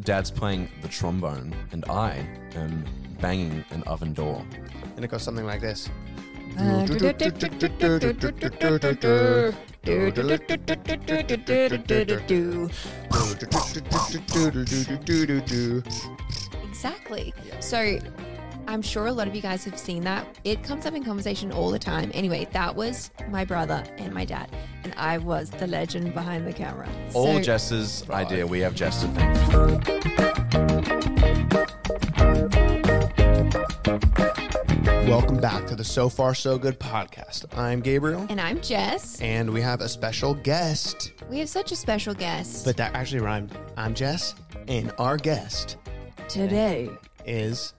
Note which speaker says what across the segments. Speaker 1: Dad's playing the trombone, and I am banging an oven door.
Speaker 2: And it goes something like this.
Speaker 3: Exactly. So I'm sure a lot of you guys have seen that. It comes up in conversation all the time. Anyway, that was my brother and my dad, and I was the legend behind the camera.
Speaker 1: All
Speaker 3: So-
Speaker 1: Jess's
Speaker 2: Right.
Speaker 1: idea. We have Jess to thank. for.
Speaker 2: Welcome back to the So Far So Good podcast. I'm Gabriel,
Speaker 3: And I'm Jess.
Speaker 2: and we have a special guest.
Speaker 3: We have such a special guest
Speaker 2: But that actually rhymed. I'm Jess, and our guest
Speaker 3: today.
Speaker 2: is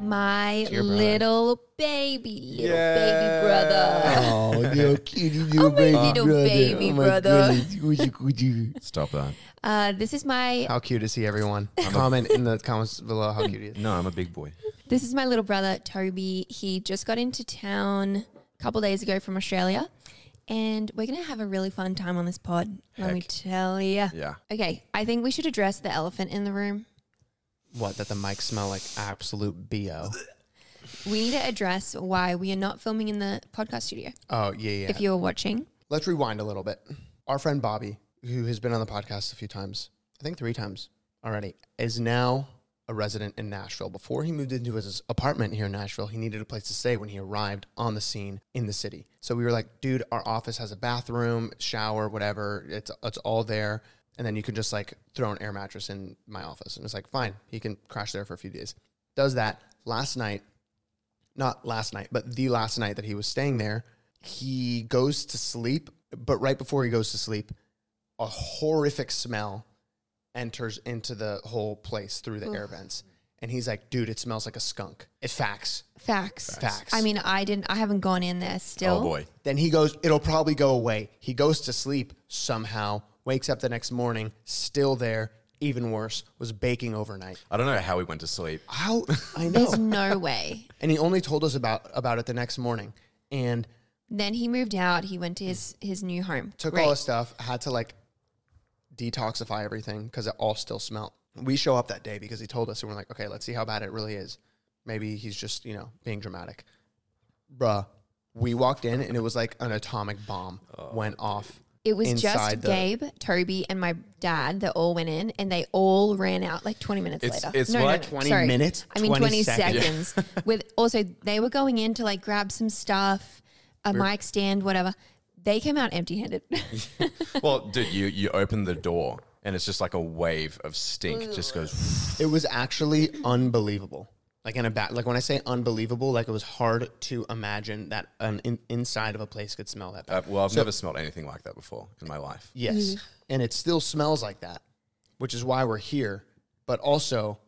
Speaker 3: My
Speaker 2: your brother.
Speaker 3: little baby, little baby brother.
Speaker 2: oh, little cutie
Speaker 3: Oh, my little baby brother.
Speaker 1: Stop that.
Speaker 3: Uh, this is my
Speaker 2: How cute is he, everyone? Comment in the comments below how cute he is.
Speaker 1: No, I'm a big boy.
Speaker 3: This is my little brother, Toby. He just got into town a couple days ago from Australia. And we're going to have a really fun time on this pod, let me
Speaker 1: Heck.
Speaker 3: tell you.
Speaker 1: Yeah.
Speaker 3: Okay, I think we should address the elephant in the room.
Speaker 2: What? That the mic smell like absolute bo.
Speaker 3: We need to address why we are not filming in the podcast studio.
Speaker 2: Oh yeah, yeah.
Speaker 3: If you're watching,
Speaker 2: Let's rewind a little bit. Our friend Bobby, who has been on the podcast a few times, I think three times already, is now a resident in Nashville. Before he moved into his apartment here in Nashville, he needed a place to stay when he arrived on the scene in the city. So we were like, dude, our office has a bathroom, shower, whatever. It's it's all there. And then you can just like throw an air mattress in my office. And it's like, fine, he can crash there for a few days. Does that last night not last night, but the last night that he was staying there, he goes to sleep, but right before he goes to sleep, a horrific smell enters into the whole place through the air vents. And he's like, dude, it smells like a skunk. It facts.
Speaker 3: facts.
Speaker 2: Facts.
Speaker 3: I mean, I didn't. I haven't gone in there still.
Speaker 1: Oh boy.
Speaker 2: Then he goes, it'll probably go away. He goes to sleep somehow, wakes up the next morning, still there, even worse, was baking overnight.
Speaker 1: I don't know how we went to sleep.
Speaker 2: How? I know.
Speaker 3: There's no way.
Speaker 2: and he only told us about, about it the next morning. And
Speaker 3: Then he moved out. He went to his his new home.
Speaker 2: took
Speaker 3: Great.
Speaker 2: all his stuff, had to like detoxify everything because it all still smelled. We show up that day because he told us, and we're like, okay, let's see how bad it really is. Maybe he's just, you know, being dramatic. Bruh, we walked in and it was like an atomic bomb went off.
Speaker 3: It was
Speaker 2: inside
Speaker 3: just
Speaker 2: the-
Speaker 3: Gabe, Toby, and my dad that all went in, and they all ran out like 20 minutes
Speaker 1: It's-
Speaker 3: later.
Speaker 1: it's like
Speaker 2: 20 minutes,
Speaker 3: I mean,
Speaker 2: 20
Speaker 3: 20
Speaker 2: seconds.
Speaker 3: seconds. With also, they were going in to like grab some stuff, a mic stand, whatever. They came out empty-handed.
Speaker 1: Well, dude, you you open the door and it's just like a wave of stink just goes.
Speaker 2: It was actually unbelievable. Like in a bat, like when I say unbelievable, like it was hard to imagine that an in- inside of a place could smell that. bad.
Speaker 1: Uh, well, I've never smelled anything like that before in my life.
Speaker 2: Yes.
Speaker 3: Mm-hmm.
Speaker 2: And it still smells like that, which is why we're here. But also,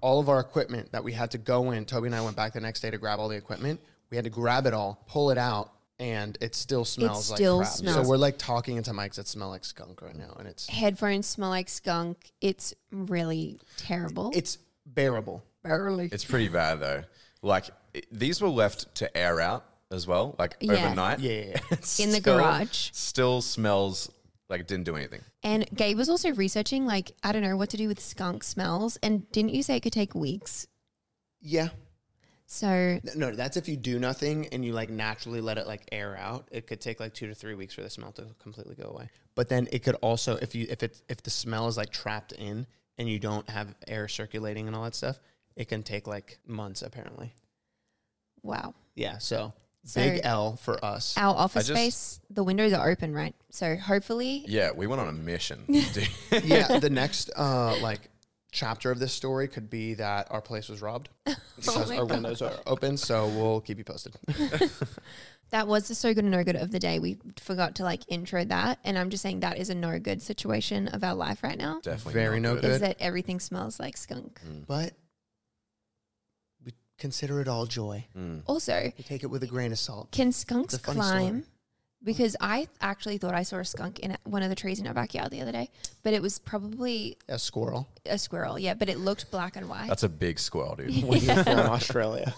Speaker 2: all of our equipment that we had to go in, Toby and I went back the next day to grab all the equipment. We had to grab it all, pull it out, and it still smells
Speaker 3: still
Speaker 2: like crap.
Speaker 3: smells-
Speaker 2: So we're like talking into mics that smell like skunk right now. And it's
Speaker 3: Headphones smell like skunk. It's really terrible.
Speaker 2: it's bearable.
Speaker 3: barely.
Speaker 1: It's pretty bad though. Like it, these were left to air out as well, like
Speaker 3: Yeah.
Speaker 1: overnight.
Speaker 2: Yeah, yeah, yeah.
Speaker 1: It
Speaker 3: In the
Speaker 1: still-
Speaker 3: garage.
Speaker 1: Still smells like it didn't do anything.
Speaker 3: and Gabe was also researching, like, I don't know what to do with skunk smells. And didn't you say it could take weeks?
Speaker 2: yeah.
Speaker 3: So
Speaker 2: No, that's if you do nothing and you like naturally let it like air out. It could take like two to three weeks for the smell to completely go away. But then it could also, if you if it if the smell is like trapped in and you don't have air circulating and all that stuff, it can take like months apparently.
Speaker 3: wow.
Speaker 2: Yeah, so,
Speaker 3: So-
Speaker 2: big L for us.
Speaker 3: Our office
Speaker 1: just-
Speaker 3: space, the windows are open, right? So hopefully,
Speaker 1: Yeah, we went on a mission. dude.
Speaker 2: yeah, the next uh like chapter of this story could be that our place was robbed because
Speaker 3: my
Speaker 2: our windows are open. So we'll keep you posted.
Speaker 3: that was the so good and no good of the day. We forgot to like intro that. And I'm just saying that is a no good situation of our life right now
Speaker 1: Definitely
Speaker 2: Very
Speaker 1: not
Speaker 2: no
Speaker 3: is
Speaker 2: good.
Speaker 3: that everything smells like skunk.
Speaker 2: but we consider it all joy.
Speaker 1: Mm.
Speaker 3: Also,
Speaker 2: We take it with a grain of salt.
Speaker 3: can skunks
Speaker 2: It's a funny story.
Speaker 3: climb? Because I actually thought I saw a skunk in one of the trees in our backyard the other day, but it was probably
Speaker 2: a squirrel
Speaker 3: a squirrel. Yeah, but it looked black and white.
Speaker 1: That's a big squirrel, dude.
Speaker 2: when you're from Australia.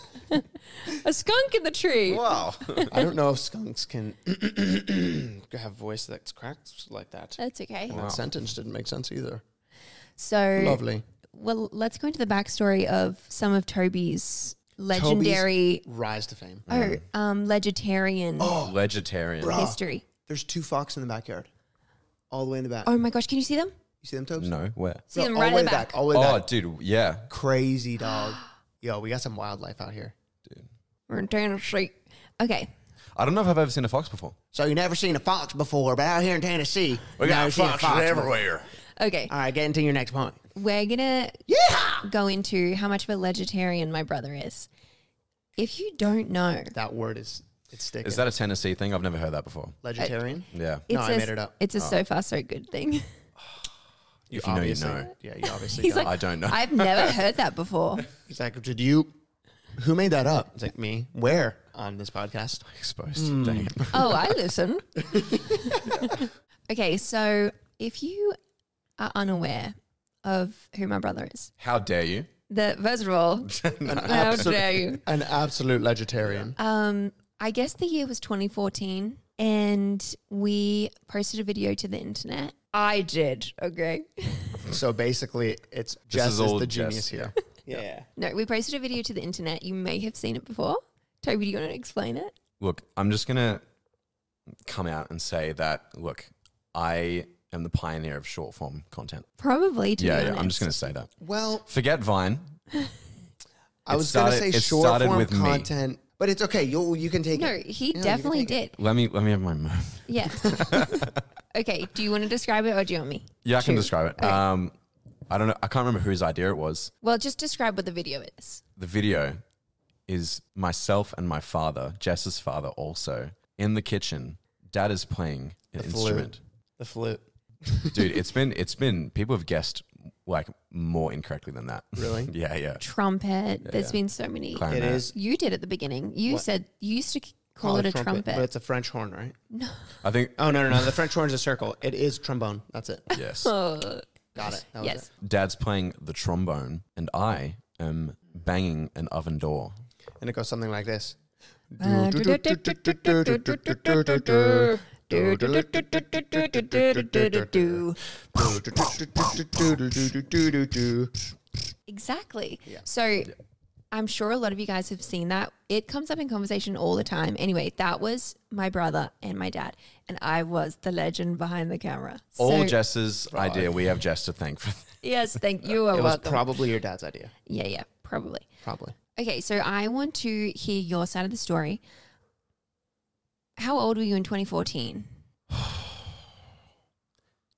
Speaker 3: a skunk in the tree.
Speaker 1: wow.
Speaker 2: I don't know if skunks can have voice that's cracked like that.
Speaker 3: That's okay.
Speaker 2: And that sentence didn't make sense either.
Speaker 3: So,
Speaker 2: Lovely.
Speaker 3: well, let's go into the backstory of some of Toby's legendary,
Speaker 2: Rise to fame.
Speaker 3: oh, um, legendarian
Speaker 1: Legendarian.
Speaker 2: Oh, Bruh.
Speaker 3: history.
Speaker 2: There's two foxes in the backyard, all the way in the back.
Speaker 3: Oh my gosh, can you see them?
Speaker 2: You see them, Tobes?
Speaker 1: No, where?
Speaker 3: See them
Speaker 2: all
Speaker 3: right
Speaker 2: way
Speaker 3: at the back.
Speaker 2: All the way
Speaker 1: Oh,
Speaker 2: back.
Speaker 1: dude, yeah.
Speaker 2: Crazy dog. Yo, we got some wildlife out here.
Speaker 3: We're in Tanner Street. Okay.
Speaker 1: I don't know if I've ever seen a fox before.
Speaker 2: So you never seen a fox before, but out here in Tennessee,
Speaker 1: We
Speaker 2: you never
Speaker 1: got
Speaker 2: seen a
Speaker 1: foxes
Speaker 2: fox before.
Speaker 1: everywhere.
Speaker 3: Okay.
Speaker 2: All right, get into your next point.
Speaker 3: We're going to
Speaker 2: Uh, Yeah.
Speaker 3: go into how much of a legendarian my brother is. If you don't know,
Speaker 2: That word is it's sticking.
Speaker 1: Is that a Tennessee thing? I've never heard that before.
Speaker 2: legendarian?
Speaker 1: Yeah.
Speaker 3: it's
Speaker 2: I
Speaker 3: a-
Speaker 2: made it up. Oh.
Speaker 3: It's a so far so good thing.
Speaker 1: if you know, you
Speaker 2: Obviously.
Speaker 1: know.
Speaker 2: Yeah, you obviously
Speaker 3: He's
Speaker 2: don't.
Speaker 3: like,
Speaker 1: I don't know.
Speaker 3: I've never heard that before.
Speaker 2: He's like, did you? Who made that up? It's like me. Where on this podcast?
Speaker 1: Exposed. Dang.
Speaker 3: Oh, I listen. okay, so if you are unaware of who my brother is,
Speaker 1: How dare you?
Speaker 3: the first of all, how dare you?
Speaker 2: An absolute legendarian.
Speaker 3: Um, I guess the year was 2014, and we posted a video to the internet. I did. Okay.
Speaker 2: So basically, it's Jess
Speaker 1: is
Speaker 2: is,
Speaker 1: all
Speaker 2: the
Speaker 1: Jess,
Speaker 2: genius here. Yeah.
Speaker 3: No, we posted a video to the internet. You may have seen it before. Toby, do you want to explain it?
Speaker 1: Look, I'm just going to come out and say that, look, I am the pioneer of short form content.
Speaker 3: Probably. To
Speaker 1: Yeah,
Speaker 3: be
Speaker 1: yeah. I'm just
Speaker 3: honest.
Speaker 1: going to say that.
Speaker 2: Well,
Speaker 1: Forget Vine.
Speaker 2: I
Speaker 1: It
Speaker 2: was going to say
Speaker 1: started- it
Speaker 2: short
Speaker 1: started
Speaker 2: form
Speaker 1: with me.
Speaker 2: content, but it's okay. You you can take
Speaker 3: No,
Speaker 2: it.
Speaker 3: he
Speaker 2: can
Speaker 3: definitely
Speaker 2: take
Speaker 3: did.
Speaker 1: Let me let me have my moment.
Speaker 3: Yeah. okay. Do you want to describe it or do you want me?
Speaker 1: Yeah, I can
Speaker 3: to?
Speaker 1: describe it.
Speaker 3: Okay.
Speaker 1: Um, I don't know. I can't remember whose idea it was.
Speaker 3: Well, just describe what the video is.
Speaker 1: The video is myself and my father, Jess's father, also in the kitchen. Dad is playing an
Speaker 2: flute.
Speaker 1: instrument.
Speaker 2: the flute.
Speaker 1: Dude, it's been it's been people have guessed like more incorrectly than that.
Speaker 2: Really?
Speaker 1: yeah, yeah.
Speaker 3: Trumpet. There's been so many.
Speaker 2: It
Speaker 1: Clarinet.
Speaker 2: is
Speaker 3: Uh-huh. You did at the beginning. You said you used to c- call
Speaker 2: called
Speaker 3: it a trumpet.
Speaker 2: but it's a French horn, right?
Speaker 1: I think
Speaker 2: Oh no, no, no. The French horn is a circle. It is trombone. That's it.
Speaker 1: yes.
Speaker 3: Oh,
Speaker 2: Got it. That was
Speaker 3: yes.
Speaker 1: Dad's playing the trombone and I am banging an oven door.
Speaker 2: it. And it goes something like this.
Speaker 3: Exactly. So I'm sure a lot of you guys have seen that. It comes up in conversation all the time. Anyway, that was my brother and my dad, and I was the legend behind the camera.
Speaker 1: All
Speaker 3: So-
Speaker 1: Jess's idea. We have Jess to thank for
Speaker 3: Yes, thank you. Are
Speaker 2: It was
Speaker 3: welcome.
Speaker 2: probably your dad's idea.
Speaker 3: yeah, yeah, probably.
Speaker 2: Probably.
Speaker 3: Okay, so I want to hear your side of the story. How old were you in 2014?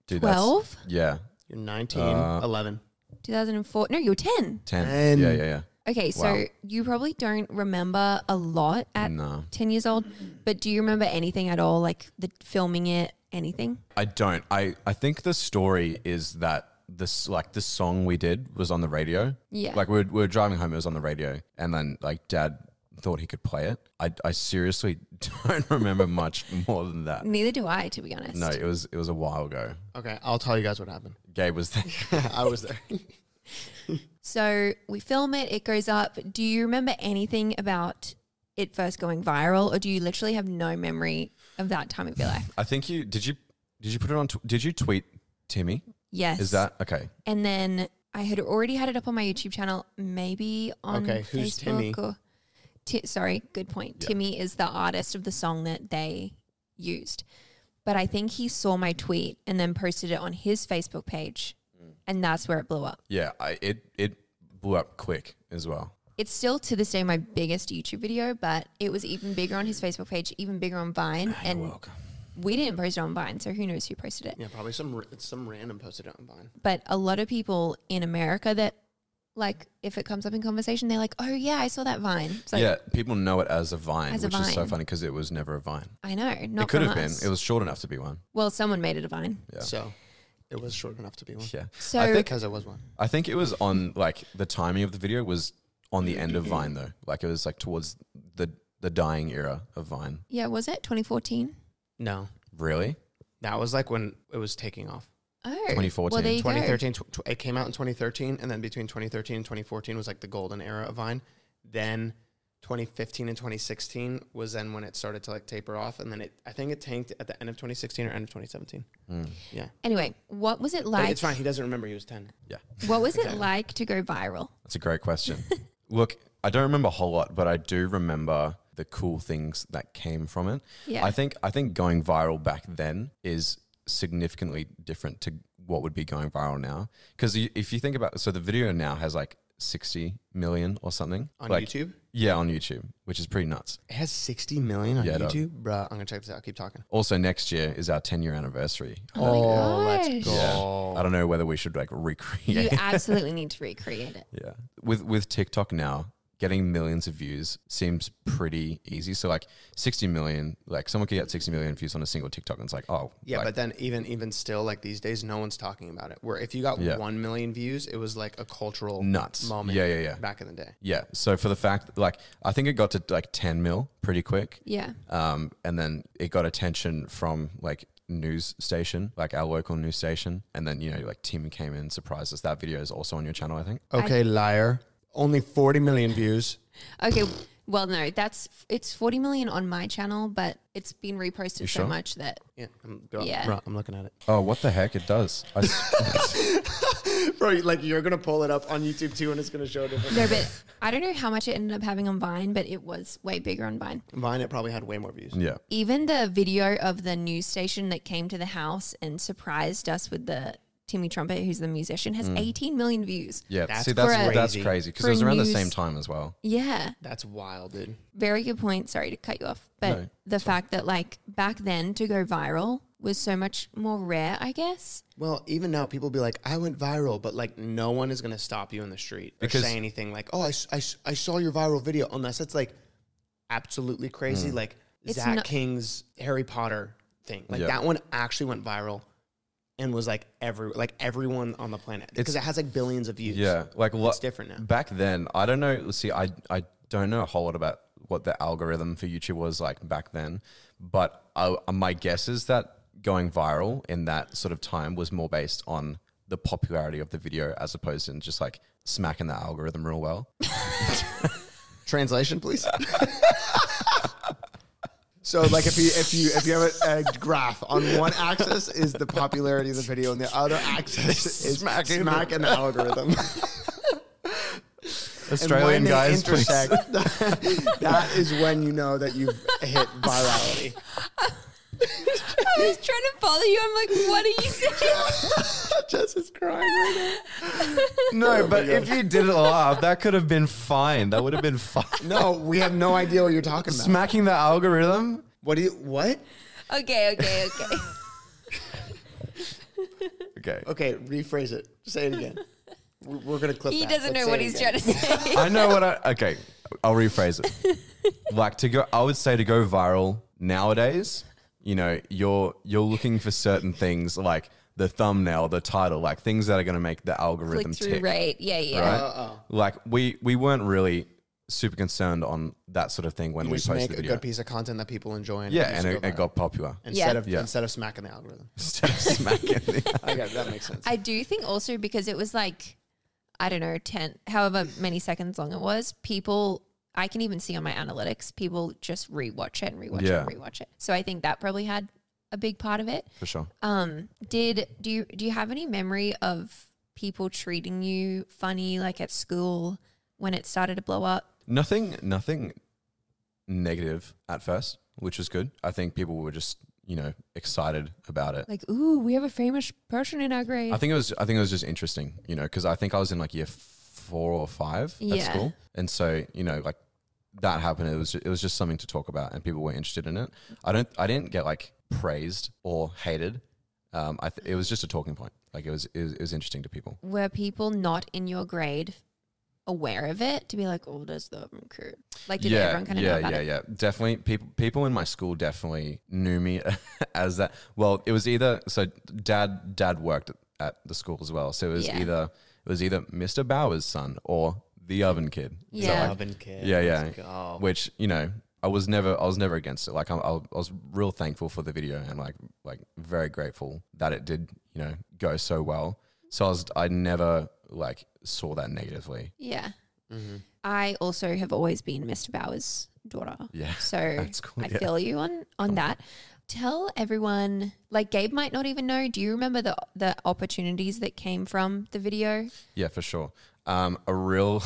Speaker 1: Dude, that's-
Speaker 3: 12?
Speaker 1: Yeah.
Speaker 2: You're 19,
Speaker 1: Uh,
Speaker 2: 11.
Speaker 3: 2004? No, you were 10.
Speaker 1: 10.
Speaker 2: Ten.
Speaker 1: Yeah, yeah, yeah.
Speaker 3: Okay, so
Speaker 1: Wow.
Speaker 3: you probably don't remember a lot at
Speaker 1: No.
Speaker 3: 10 years old, but do you remember anything at all, like the filming it, anything?
Speaker 1: I don't. I, I think the story is that this like the song we did was on the radio.
Speaker 3: Yeah.
Speaker 1: Like we were, we were driving home, it was on the radio, and then like dad thought he could play it. I, I seriously don't remember much more than that.
Speaker 3: Neither do I, to be honest.
Speaker 1: No, it was it was a while ago.
Speaker 2: Okay, I'll tell you guys what happened.
Speaker 1: Gabe was there.
Speaker 2: I was there.
Speaker 3: So we film it, it goes up. Do you remember anything about it first going viral, or do you literally have no memory of that time of your life?
Speaker 1: I think you did you did you put it on tw- did you tweet Timmy?
Speaker 3: Yes.
Speaker 1: Is that okay?
Speaker 3: And then I had already had it up on my YouTube channel, maybe on
Speaker 2: Okay,
Speaker 3: Facebook
Speaker 2: who's Timmy?
Speaker 3: or Ti- sorry, good point. Timmy is the artist of the song that they used. But I think he saw my tweet and then posted it on his Facebook page.
Speaker 2: Mm.
Speaker 3: And that's where it blew up.
Speaker 1: Yeah, I it it blew up quick as well.
Speaker 3: It's still to this day my biggest YouTube video, but it was even bigger on his Facebook page, even bigger on Vine.
Speaker 2: Ah,
Speaker 3: And we didn't post it on Vine, so who knows who posted it.
Speaker 2: Yeah, probably some r- some random posted it online.
Speaker 3: but a lot of people in America that like if it comes up in conversation, they're like, "Oh yeah, I saw that vine." It's like,
Speaker 1: yeah, people know it as a vine,
Speaker 3: As a
Speaker 1: which is so
Speaker 3: vine.
Speaker 1: funny because it was never a vine.
Speaker 3: I know, not
Speaker 1: it could
Speaker 3: from
Speaker 1: have
Speaker 3: us.
Speaker 1: been. It was short enough to be one.
Speaker 3: well, someone made it a vine.
Speaker 1: Yeah.
Speaker 2: So it was short enough to be one.
Speaker 1: Yeah.
Speaker 3: So
Speaker 1: I think
Speaker 2: Because it was one.
Speaker 1: I think it was on like the timing of the video was on the end of Vine though. Like it was like towards the the dying era of Vine.
Speaker 3: yeah, was it 2014?
Speaker 2: No,
Speaker 1: Really?
Speaker 2: that was like when it was taking off.
Speaker 3: Oh,
Speaker 1: 2014.
Speaker 3: Well, there you go.
Speaker 2: 2013, tw- tw- it came out in 2013, and then between 2013 and 2014 was like the golden era of Vine. Then 2015 and 2016 was then when it started to like taper off, and then it I think it tanked at the end of 2016 or end of 2017.
Speaker 1: Mm.
Speaker 2: Yeah,
Speaker 3: Anyway, what was it
Speaker 2: But
Speaker 3: like?
Speaker 2: it's fine. He doesn't remember. He was 10.
Speaker 1: Yeah.
Speaker 3: What was it like to go viral?
Speaker 1: That's a great question. Look, I don't remember a whole lot, but I do remember the cool things that came from it.
Speaker 3: Yeah.
Speaker 1: I think I think going viral back then is significantly different to what would be going viral now. Because if you think about, so the video now has like 60 million or something
Speaker 2: On
Speaker 1: like,
Speaker 2: YouTube?
Speaker 1: Yeah, on YouTube, which is pretty nuts.
Speaker 2: It has 60 million on
Speaker 1: Yeah, dog.
Speaker 2: YouTube, bruh. I'm gonna check this out. Keep talking.
Speaker 1: Also, next year is our 10 year anniversary.
Speaker 3: Oh my gosh.
Speaker 2: go.
Speaker 1: I don't know whether we should like
Speaker 3: You
Speaker 1: recreate.
Speaker 3: absolutely need to recreate it.
Speaker 1: Yeah. With with TikTok now, getting millions of views seems pretty easy. So like 60 million, like someone could get 60 million views on a single TikTok and it's like, oh,
Speaker 2: Yeah,
Speaker 1: like,
Speaker 2: but then even even still, like these days, no one's talking about it. Where if you got
Speaker 1: Yeah.
Speaker 2: one million views, it was like a cultural
Speaker 1: Nuts.
Speaker 2: moment.
Speaker 1: Yeah, yeah, yeah.
Speaker 2: Back in the day,
Speaker 1: yeah. So for the fact like I think it got to like 10 mil pretty quick.
Speaker 3: Yeah.
Speaker 1: Um, and then it got attention from like news station, like our local news station. And then, you know, like Tim came in, surprised us. That video is also on your channel, I think.
Speaker 2: okay, liar. Only 40 million views.
Speaker 3: Okay. Well, no, that's it's 40 million on my channel, but it's been reposted so
Speaker 1: sure?
Speaker 3: much that
Speaker 2: Yeah, I'm,
Speaker 3: Yeah.
Speaker 2: Bro, I'm looking at it.
Speaker 1: Oh, what the heck? It does. I s-
Speaker 2: Bro, like you're gonna pull it up on YouTube too, and it's gonna show different.
Speaker 3: no, but I don't know how much it ended up having on Vine, but it was way bigger on Vine.
Speaker 2: Vine, it probably had way more views.
Speaker 1: yeah.
Speaker 3: Even the video of the news station that came to the house and surprised us with the Timmy Trumpet, who's the musician,
Speaker 2: Mm.
Speaker 3: has 18 million views.
Speaker 1: Yeah.
Speaker 2: That's
Speaker 1: See, that's
Speaker 3: For a-
Speaker 1: that's
Speaker 2: crazy.
Speaker 1: crazy because
Speaker 3: For
Speaker 1: it was around
Speaker 3: news-
Speaker 1: the same time as well.
Speaker 3: Yeah.
Speaker 2: That's wild, dude.
Speaker 3: Very good point. Sorry to cut you off. But
Speaker 1: No,
Speaker 3: the fact that, like, back then to go viral was so much more rare, I guess.
Speaker 2: Well, even now, people be like, I went viral, but like no one is gonna stop you in the street or
Speaker 1: Because-
Speaker 2: say anything like, oh, I, s- I s- I saw your viral video, unless it's like absolutely crazy,
Speaker 1: Hmm.
Speaker 2: like
Speaker 3: It's
Speaker 2: Zach
Speaker 3: not-
Speaker 2: King's Harry Potter thing. Like
Speaker 1: Yeah.
Speaker 2: that one actually went viral and was like every like everyone on the planet because it has like billions of views.
Speaker 1: Yeah, like lo-
Speaker 2: It's different now.
Speaker 1: Back then, I don't know. See, I I don't know a whole lot about what the algorithm for YouTube was like back then, but I, my guess is that going viral in that sort of time was more based on the popularity of the video as opposed to just like smacking the algorithm real well.
Speaker 2: Translation, please. so, like, if you if you if you have a, a graph on one axis is the popularity of the video, and the other axis is smacking smack an algorithm.
Speaker 1: Australian
Speaker 2: and when
Speaker 1: guys,
Speaker 2: they intersect, that is when you know that you've hit virality.
Speaker 3: I was trying to follow you. I'm like, what are you saying?
Speaker 2: Jess is crying right
Speaker 1: No, but if you didn't laugh, that could have been fine. That would have been fine.
Speaker 2: now. No, we have no idea what you're talking about.
Speaker 1: Smacking the algorithm.
Speaker 2: What do you what?
Speaker 3: okay, okay, okay.
Speaker 1: Okay.
Speaker 2: Okay, rephrase it. Say it again. We- We're gonna clip.
Speaker 3: He
Speaker 2: that. Let's
Speaker 3: doesn't know
Speaker 2: say
Speaker 3: what
Speaker 2: it
Speaker 3: he's
Speaker 2: again.
Speaker 3: trying to say.
Speaker 1: I know what I okay. I'll rephrase it. Like to go, I would say to go viral nowadays. You know, you're you're looking for certain things like the thumbnail, the title, like things that are going to make the algorithm
Speaker 3: Click through
Speaker 1: tick.
Speaker 3: rate. Yeah, yeah.
Speaker 1: Right? Like we we weren't really super concerned on that sort of thing when we
Speaker 2: Just
Speaker 1: posted
Speaker 2: make
Speaker 1: the
Speaker 2: a
Speaker 1: video.
Speaker 2: good piece of content that people enjoy.
Speaker 1: yeah,
Speaker 2: just
Speaker 1: and it,
Speaker 2: go
Speaker 1: it
Speaker 2: viral.
Speaker 1: got popular
Speaker 2: instead
Speaker 3: Yeah.
Speaker 2: of
Speaker 1: Yeah.
Speaker 2: instead of smacking the algorithm.
Speaker 1: instead of smacking. the-
Speaker 2: Okay, that makes sense.
Speaker 3: I do think also because it was like, I don't know, 10, however many seconds long it was, people, I can even see on my analytics, people just rewatch it and rewatch
Speaker 1: Yeah.
Speaker 3: it and rewatch it. So I think that probably had a big part of it.
Speaker 1: For sure.
Speaker 3: Um, did do you do you have any memory of people treating you funny like at school when it started to blow up?
Speaker 1: Nothing, nothing negative at first, which was good. I think people were just you know excited about it.
Speaker 3: Like, ooh, we have a famous person in our grade.
Speaker 1: I think it was. I think it was just interesting, you know, because I think I was in like year four or five at
Speaker 3: Yeah.
Speaker 1: school, and so you know, like that happened. It was. It was just something to talk about, and people were interested in it. I don't. I didn't get like praised or hated. Um, I th- it was just a talking point. Like it was, it was. It was interesting to people.
Speaker 3: Were people not in your grade aware of it to be like, oh, there's the recruit? Like, did everyone kind of
Speaker 1: yeah,
Speaker 3: know about
Speaker 1: yeah,
Speaker 3: it?
Speaker 1: yeah. Definitely, people people in my school definitely knew me as that. Well, it was either so dad dad worked at the school as well, so it was
Speaker 3: Yeah.
Speaker 1: either it was either Mr. Bowers' son or the oven kid. So,
Speaker 3: Yeah.
Speaker 1: like,
Speaker 2: Oven kid.
Speaker 1: yeah,
Speaker 2: Let's
Speaker 1: yeah.
Speaker 2: go.
Speaker 1: Which you know, I was never I was never against it. Like I, I was real thankful for the video and like like very grateful that it did you know go so well. So I was I never like saw that negatively.
Speaker 3: Yeah.
Speaker 1: Mm-hmm.
Speaker 3: I also have always been Mr. Bauer's daughter.
Speaker 1: Yeah,
Speaker 3: So
Speaker 1: that's cool,
Speaker 3: I
Speaker 1: yeah.
Speaker 3: feel you on on that. Tell everyone, like Gabe might not even know. Do you remember the the opportunities that came from the video?
Speaker 1: Yeah, for sure. Um, a real,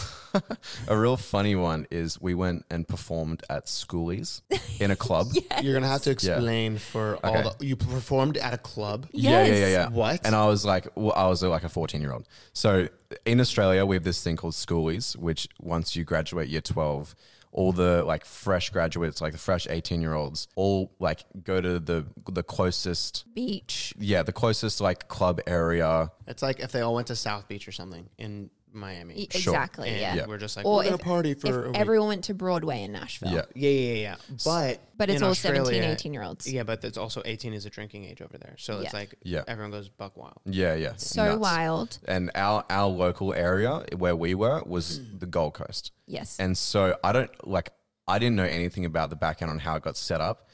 Speaker 1: a real funny one is we went and performed at Schoolies in a club.
Speaker 3: Oh,
Speaker 2: You're gonna have to explain for all the you performed at a club.
Speaker 1: Yeah, yeah, yeah,
Speaker 3: Yes.
Speaker 1: yeah.
Speaker 2: What?
Speaker 1: And I was like, well, I was like a 14 year old. So in Australia, we have this thing called schoolies, which once you graduate year 12, all the like fresh graduates, like the fresh 18 year olds, all like go to the the closest,
Speaker 3: Beach.
Speaker 1: yeah, the closest like club area.
Speaker 2: It's like if they all went to South Beach or something in Miami.
Speaker 3: E- Exactly.
Speaker 2: And
Speaker 3: Yeah.
Speaker 2: We're just like
Speaker 3: Or
Speaker 2: we're gonna
Speaker 3: if-
Speaker 2: party for a
Speaker 3: if
Speaker 2: week.
Speaker 3: everyone went to Broadway in Nashville.
Speaker 1: Yeah.
Speaker 2: yeah, yeah, yeah, yeah. But
Speaker 3: But it's
Speaker 2: in
Speaker 3: all
Speaker 2: Australia,
Speaker 3: 17, 18 year olds.
Speaker 2: Yeah, but it's also 18 is a drinking age over there, so it's
Speaker 3: Yeah.
Speaker 2: like
Speaker 1: Yeah.
Speaker 2: everyone goes buck wild.
Speaker 1: Yeah, yeah.
Speaker 3: So
Speaker 1: Nuts.
Speaker 3: wild.
Speaker 1: And our our local area where we were was the Gold Coast.
Speaker 3: Hmm. Yes.
Speaker 1: And so I don't like I didn't know anything about the back end on how it got set up,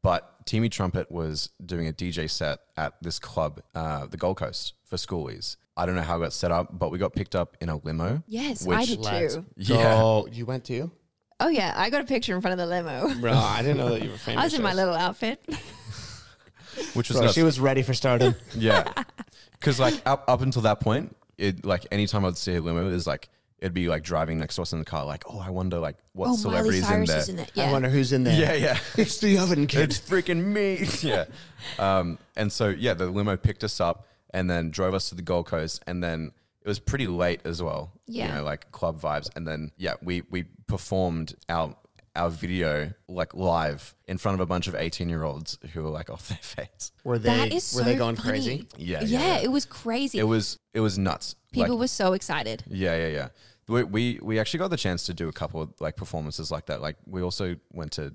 Speaker 1: but Timmy Trumpet was doing a DJ set at this club, uh, the Gold Coast for schoolies. I don't know how it got set up, but we got picked up in a limo.
Speaker 3: yes, I
Speaker 1: which-
Speaker 3: did
Speaker 2: Let's
Speaker 3: too.
Speaker 1: Yeah.
Speaker 2: go. you went to?
Speaker 3: Oh yeah, I got a picture in front of the limo.
Speaker 2: Bro, I didn't know that you were famous.
Speaker 3: I was in my
Speaker 2: Jess.
Speaker 3: little outfit.
Speaker 1: Which was
Speaker 2: Bro,
Speaker 1: nuts.
Speaker 2: she was ready for stardom.
Speaker 1: yeah, because like up up until that point, it like anytime I'd see a limo, there's like it'd be like driving next to us in the car, like oh I wonder like what
Speaker 3: oh, Miley
Speaker 1: celebrities in
Speaker 3: Cyrus
Speaker 1: there.
Speaker 3: is in that. Yeah.
Speaker 2: I wonder who's in there.
Speaker 1: yeah, yeah.
Speaker 2: It's the oven
Speaker 1: it's
Speaker 2: kid.
Speaker 1: freaking me. yeah. Um, and so, yeah, the limo picked us up and then drove us to the Gold Coast. And then it was pretty late as well.
Speaker 3: Yeah.
Speaker 1: You know, like club vibes. And then, yeah, we, we performed our, our video like live in front of a bunch of 18 year olds who were like off their face.
Speaker 2: Were they
Speaker 3: that is
Speaker 2: were
Speaker 3: so
Speaker 2: they going
Speaker 3: funny.
Speaker 2: crazy?
Speaker 1: Yeah,
Speaker 3: Yeah,
Speaker 1: yeah, yeah.
Speaker 3: it was crazy.
Speaker 1: It was, it was nuts. Like,
Speaker 3: People were so excited.
Speaker 1: yeah, yeah, yeah. We, we we actually got the chance to do a couple of like performances like that. Like we also went to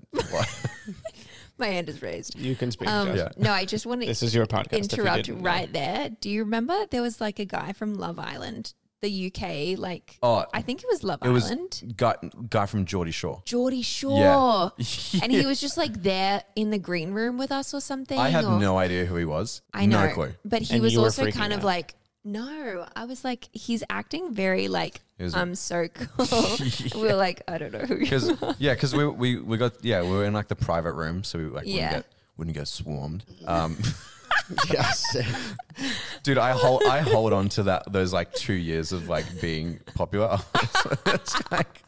Speaker 3: My hand is raised.
Speaker 2: You can speak.
Speaker 3: Um,
Speaker 2: Jess.
Speaker 1: Yeah.
Speaker 3: No, I just want to
Speaker 2: This is your podcast. if you
Speaker 3: interrupt
Speaker 2: didn't know.
Speaker 3: right there. Do you remember there was like a guy from Love Island, the UK, like
Speaker 1: Oh,
Speaker 3: I think it was Love
Speaker 1: it was
Speaker 3: Island,
Speaker 1: guy guy from Geordie Shore.
Speaker 3: Geordie
Speaker 1: Yeah.
Speaker 3: Shore, and he was just like there in the green room with us or something.
Speaker 1: I had
Speaker 3: or,
Speaker 1: no idea who he was.
Speaker 3: I know,
Speaker 1: No clue.
Speaker 3: but he
Speaker 2: And
Speaker 3: was
Speaker 2: you were
Speaker 3: also
Speaker 2: freaking
Speaker 3: kind of
Speaker 2: out.
Speaker 3: like. No, I was like, he's acting very like
Speaker 1: was-
Speaker 3: I'm so cool. We were like, I don't know who you
Speaker 1: Because yeah, because we, we we got yeah we were in like the private room, so we like
Speaker 3: Yeah.
Speaker 1: wouldn't get wouldn't get swarmed. Um,
Speaker 2: Yes.
Speaker 1: dude, I hold I hold on to that those like two years of like being popular. it's like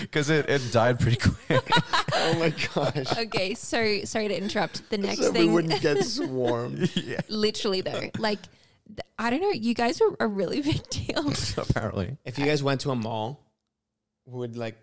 Speaker 1: because it, it died pretty quick.
Speaker 2: oh my gosh.
Speaker 3: Okay, so sorry to interrupt. The next
Speaker 2: So we
Speaker 3: thing
Speaker 2: wouldn't get swarmed.
Speaker 3: literally though like th- i don't know you guys are a really big deal
Speaker 1: apparently,
Speaker 2: if you guys went to a mall, would like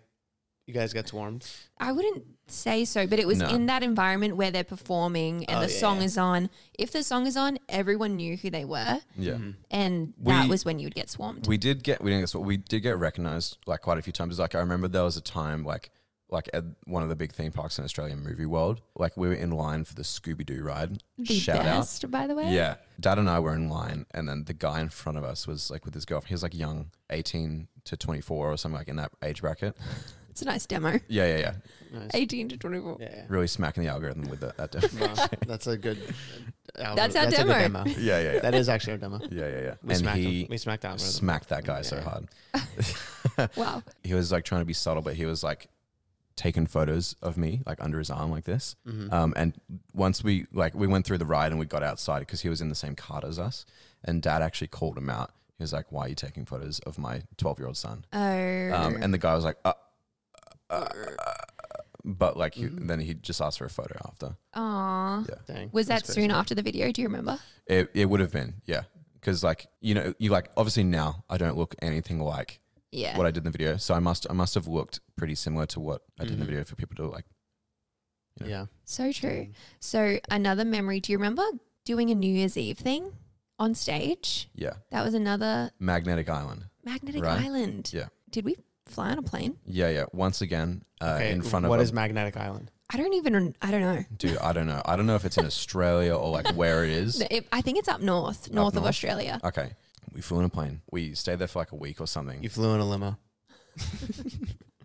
Speaker 2: you guys get swarmed?
Speaker 3: i wouldn't say so but it was
Speaker 1: No.
Speaker 3: in that environment where they're performing and
Speaker 2: Oh,
Speaker 3: the
Speaker 2: yeah,
Speaker 3: song
Speaker 2: yeah.
Speaker 3: is on if the song is on everyone knew who they were
Speaker 1: yeah.
Speaker 2: Mm-hmm.
Speaker 3: and that
Speaker 1: We-
Speaker 3: was when you would get swarmed
Speaker 1: We did get we didn't get sw- we did get recognized like quite a few times. Like I remember there was a time like like at one of the big theme parks in Australian movie world. Like we were in line for the Scooby Doo ride.
Speaker 3: the best by the way
Speaker 1: Yeah. Dad and I were in line, and then the guy in front of us was like with his girlfriend. He was like young, 18 to 24 or something like in that age bracket.
Speaker 3: it's a nice demo
Speaker 1: Yeah, yeah, yeah.
Speaker 3: 18 to 24
Speaker 2: Yeah.
Speaker 1: Really smacking the algorithm with that. that def-
Speaker 2: Wow, that's a good. uh,
Speaker 3: That's our
Speaker 2: a good
Speaker 3: demo.
Speaker 2: demo.
Speaker 1: yeah, yeah, yeah.
Speaker 2: That is actually our demo.
Speaker 1: Yeah, yeah, yeah.
Speaker 2: We
Speaker 1: and
Speaker 2: smacked
Speaker 1: he
Speaker 2: him. We smacked out. Smack-
Speaker 1: smacked that guy so hard.
Speaker 3: wow
Speaker 1: He was like trying to be subtle, but he was like taking photos of me like under his arm like this.
Speaker 2: Mm-hmm.
Speaker 1: Um, and once we like we went through the ride and we got outside because he was in the same cart as us, and Dad actually called him out. He was like, "Why are you taking photos of my 12 year old son?"
Speaker 3: oh
Speaker 1: Um, and the guy was like, uh, uh, but like he,
Speaker 2: Mm-hmm.
Speaker 1: then he just asked for a photo after.
Speaker 3: Aw.
Speaker 1: Yeah.
Speaker 2: Dang.
Speaker 3: was that
Speaker 2: That's crazy.
Speaker 3: soon after the video do you remember
Speaker 1: It, it would have been, yeah. Cause like, you know, you like, obviously now I don't look anything like
Speaker 3: yeah
Speaker 1: what I did in the video. So I must, I must have looked pretty similar to what I did in the
Speaker 2: Mhm.
Speaker 1: video for people to like, you know.
Speaker 2: Yeah.
Speaker 3: so true so another memory do you remember doing a new year's eve thing on stage
Speaker 1: yeah.
Speaker 3: That was another
Speaker 1: Magnetic Island.
Speaker 3: magnetic
Speaker 1: Right.
Speaker 3: island.
Speaker 1: Yeah.
Speaker 3: Did we fly on a plane?
Speaker 1: Yeah. Yeah. Once again, uh, in front of
Speaker 2: what
Speaker 1: a-
Speaker 2: is Magnetic Island?
Speaker 3: I don't even. I don't know.
Speaker 1: dude, I don't know. I don't know if it's in Australia or like where it is.
Speaker 3: No, it- I think it's up north, north, of
Speaker 1: north?
Speaker 3: Australia.
Speaker 1: Okay. We flew in a plane. We stayed there for like a week or something.
Speaker 2: You flew in a limo.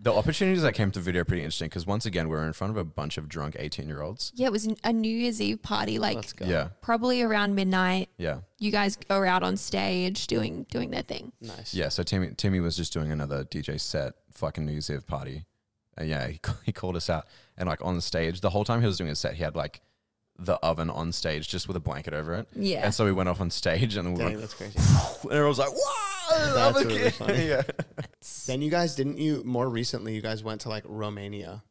Speaker 1: That The opportunities that came to video are pretty interesting because once again we were in front of a bunch of drunk eighteen year olds.
Speaker 3: Yeah, it was a New Year's Eve party, like
Speaker 2: Let's go.
Speaker 1: Yeah,
Speaker 3: probably around midnight.
Speaker 1: yeah,
Speaker 3: You guys are out on stage doing doing their thing.
Speaker 2: Nice.
Speaker 1: yeah. So Timmy Timmy was just doing another DJ set, fucking New Year's Eve party, and yeah, he, ca- he called us out and like on the stage the whole time he was doing his set he had like the oven on stage just with a blanket over it.
Speaker 3: Yeah.
Speaker 1: And so we went off on stage and we were like,
Speaker 2: Dang, that's crazy.
Speaker 1: and everyone was like, "Wow,
Speaker 2: That's
Speaker 1: I'm a
Speaker 2: really
Speaker 1: kid."
Speaker 2: funny.
Speaker 1: yeah.
Speaker 2: Then you guys didn't you more recently you guys went to like Romania,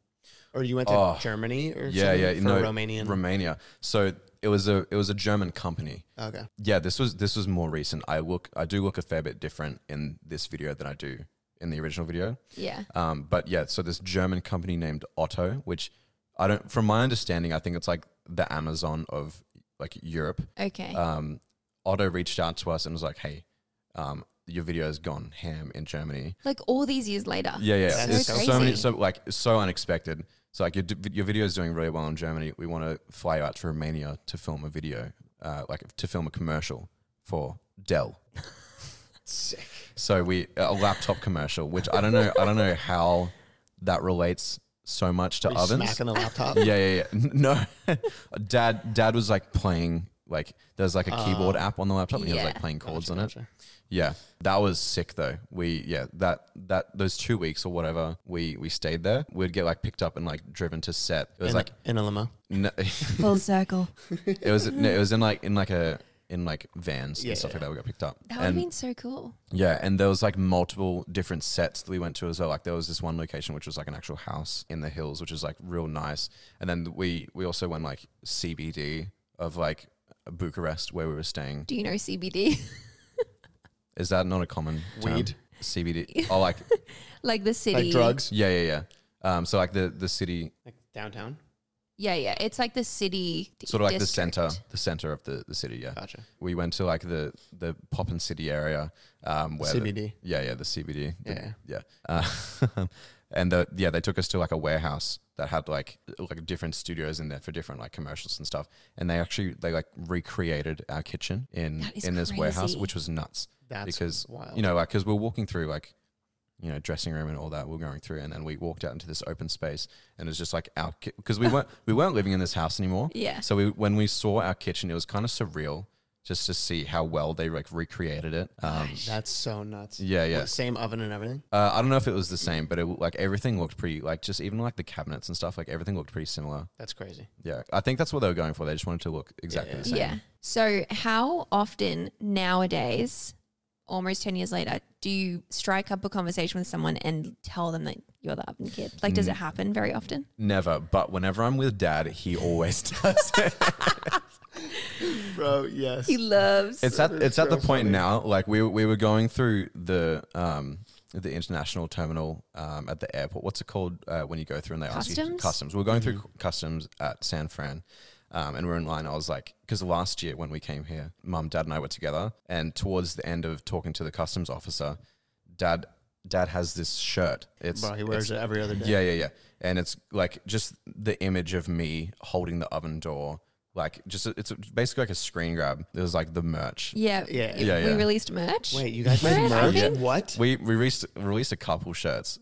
Speaker 2: or you went to
Speaker 1: Oh.
Speaker 2: Germany or
Speaker 1: yeah,
Speaker 2: something
Speaker 1: yeah,
Speaker 2: for
Speaker 1: no,
Speaker 2: Romanian.
Speaker 1: Romania. So it was a it was a German company.
Speaker 2: okay,
Speaker 1: Yeah, this was this was more recent. I look I do look a fair bit different in this video than I do in the original video.
Speaker 3: Yeah.
Speaker 1: Um, but yeah, so this German company named Otto, which I don't, from my understanding, I think it's like the Amazon of like Europe.
Speaker 3: Okay.
Speaker 1: Um, Otto reached out to us and was like, "Hey, um, your video has gone ham in Germany."
Speaker 3: like all these years later.
Speaker 1: Yeah, yeah.
Speaker 2: That's
Speaker 1: it's
Speaker 2: so
Speaker 1: so,
Speaker 3: crazy.
Speaker 1: many, so like so unexpected. So like your d- your video is doing really well in Germany. We want to fly you out to Romania to film a video, uh, like to film a commercial for Dell.
Speaker 2: sick.
Speaker 1: So we a laptop commercial, which I don't know, I don't know how that relates so much to
Speaker 2: Were you
Speaker 1: ovens.
Speaker 2: smacking the laptop.
Speaker 1: Yeah, yeah, yeah. No, dad, dad was like playing like there's like a keyboard app on the laptop, and he
Speaker 3: Yeah.
Speaker 1: was like playing chords
Speaker 2: Ah. Gotcha,
Speaker 1: on it.
Speaker 2: gotcha.
Speaker 1: Yeah, that was sick though. We yeah that that those two weeks or whatever we we stayed there. We'd get like picked up and like driven to set. It was
Speaker 2: in,
Speaker 1: like
Speaker 2: in a limo.
Speaker 1: n-
Speaker 3: Full circle.
Speaker 1: it was no, it was in like in like a in like vans
Speaker 2: Yeah,
Speaker 1: and stuff
Speaker 2: yeah.
Speaker 1: like that. We got picked up.
Speaker 3: That would have
Speaker 1: and
Speaker 3: been so cool.
Speaker 1: yeah, and there was like multiple different sets that we went to as well. Like there was this one location which was like an actual house in the hills, which is like real nice. And then we we also went like CBD of like Bucharest where we were staying.
Speaker 3: Do you know CBD?
Speaker 1: Is that not a common term?
Speaker 2: Weed?
Speaker 1: CBD? Oh, like
Speaker 3: like the city.
Speaker 2: Like drugs,
Speaker 1: Yeah, yeah, yeah. Um, so like the the city,
Speaker 2: like downtown.
Speaker 3: Yeah, yeah. It's like the city. d-
Speaker 1: sort of like
Speaker 3: district.
Speaker 1: the center, the center of the, the city. Yeah,
Speaker 2: Gotcha.
Speaker 1: we went to like the the Poppin City area, um, where the-
Speaker 2: CBD.
Speaker 1: yeah, yeah, the CBD. the-
Speaker 2: Yeah.
Speaker 1: yeah. Uh, and the, yeah, they took us to like a warehouse that had like like different studios in there for different like commercials and stuff. And they actually they like recreated our kitchen in
Speaker 3: That is
Speaker 1: in this warehouse,
Speaker 3: crazy.
Speaker 1: which was nuts
Speaker 2: That's
Speaker 1: because
Speaker 2: wild.
Speaker 1: you know like because we're walking through like you know dressing room and all that. We're going through, and then we walked out into this open space, and it's just like our because we weren't we weren't living in this house anymore.
Speaker 3: Yeah.
Speaker 1: So we when we saw our kitchen, it was kind of surreal just to see how well they like recreated it. Um,
Speaker 2: that's so nuts.
Speaker 1: yeah, yeah.
Speaker 2: What, same oven and everything.
Speaker 1: Uh, I don't know if it was the same, but it w- like everything looked pretty like just even like the cabinets and stuff. Like everything looked pretty similar.
Speaker 2: That's crazy.
Speaker 1: Yeah, I think that's what they were going for. They just wanted to look exactly the same.
Speaker 3: Yeah. So, how often nowadays, almost 10 years later, do you strike up a conversation with someone and tell them that you're the oven kid? Like, does it happen very often?
Speaker 1: Never, but whenever I'm with Dad, he always does. it.
Speaker 2: Bro, yes.
Speaker 3: He loves.
Speaker 1: it's at it's at the
Speaker 2: so
Speaker 1: point
Speaker 2: funny.
Speaker 1: now. Like we we were going through the um the international terminal um at the airport. What's it called uh, when you go through and they ask you
Speaker 3: Customs?
Speaker 1: customs? We We're going through cu- customs at San Fran. Um, and we're in line. I was like, because last year when we came here, mum, dad, and I were together. And towards the end of talking to the customs officer, dad, dad has this shirt. It's
Speaker 2: Bro, he wears
Speaker 1: it's-
Speaker 2: it every other day.
Speaker 1: yeah, yeah, yeah. And it's like just the image of me holding the oven door. Like just it's basically like a screen grab. It was like the merch.
Speaker 3: yeah,
Speaker 2: Yeah.
Speaker 3: it-
Speaker 1: Yeah,
Speaker 3: We
Speaker 1: yeah.
Speaker 3: released merch.
Speaker 2: Wait, you guys made
Speaker 3: Merch?
Speaker 2: merch?
Speaker 1: Yeah.
Speaker 2: What?
Speaker 1: We we released released a couple shirts.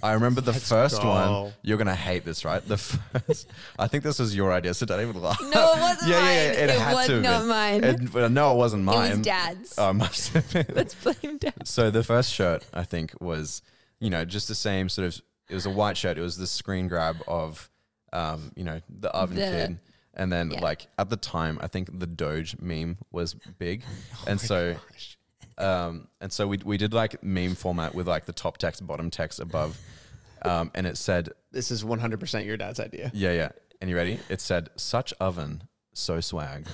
Speaker 1: I remember the first
Speaker 2: go.
Speaker 1: one. You're gonna hate this, right? The first. I think this was your idea, so don't even laugh.
Speaker 3: No, it wasn't mine. It was
Speaker 1: have
Speaker 3: not
Speaker 1: been.
Speaker 3: mine.
Speaker 1: It- well, no, it wasn't mine.
Speaker 3: Dad's.
Speaker 1: Oh, it must have been.
Speaker 3: Let's blame dad.
Speaker 1: So the first shirt I think was, you know, just the same sort of. It was a white shirt. It was the screen grab of, um, you know, the oven
Speaker 3: The-
Speaker 1: kid, and then
Speaker 3: yeah.
Speaker 1: like at the time, I think the Doge meme was big,
Speaker 3: Oh
Speaker 1: and so.
Speaker 2: Oh,
Speaker 1: Um, and so we, we did like meme format with like the top text, bottom text above. Um, and it said,
Speaker 2: This is 100% your dad's idea.
Speaker 1: yeah, yeah. And you ready? It said, such oven, so swag.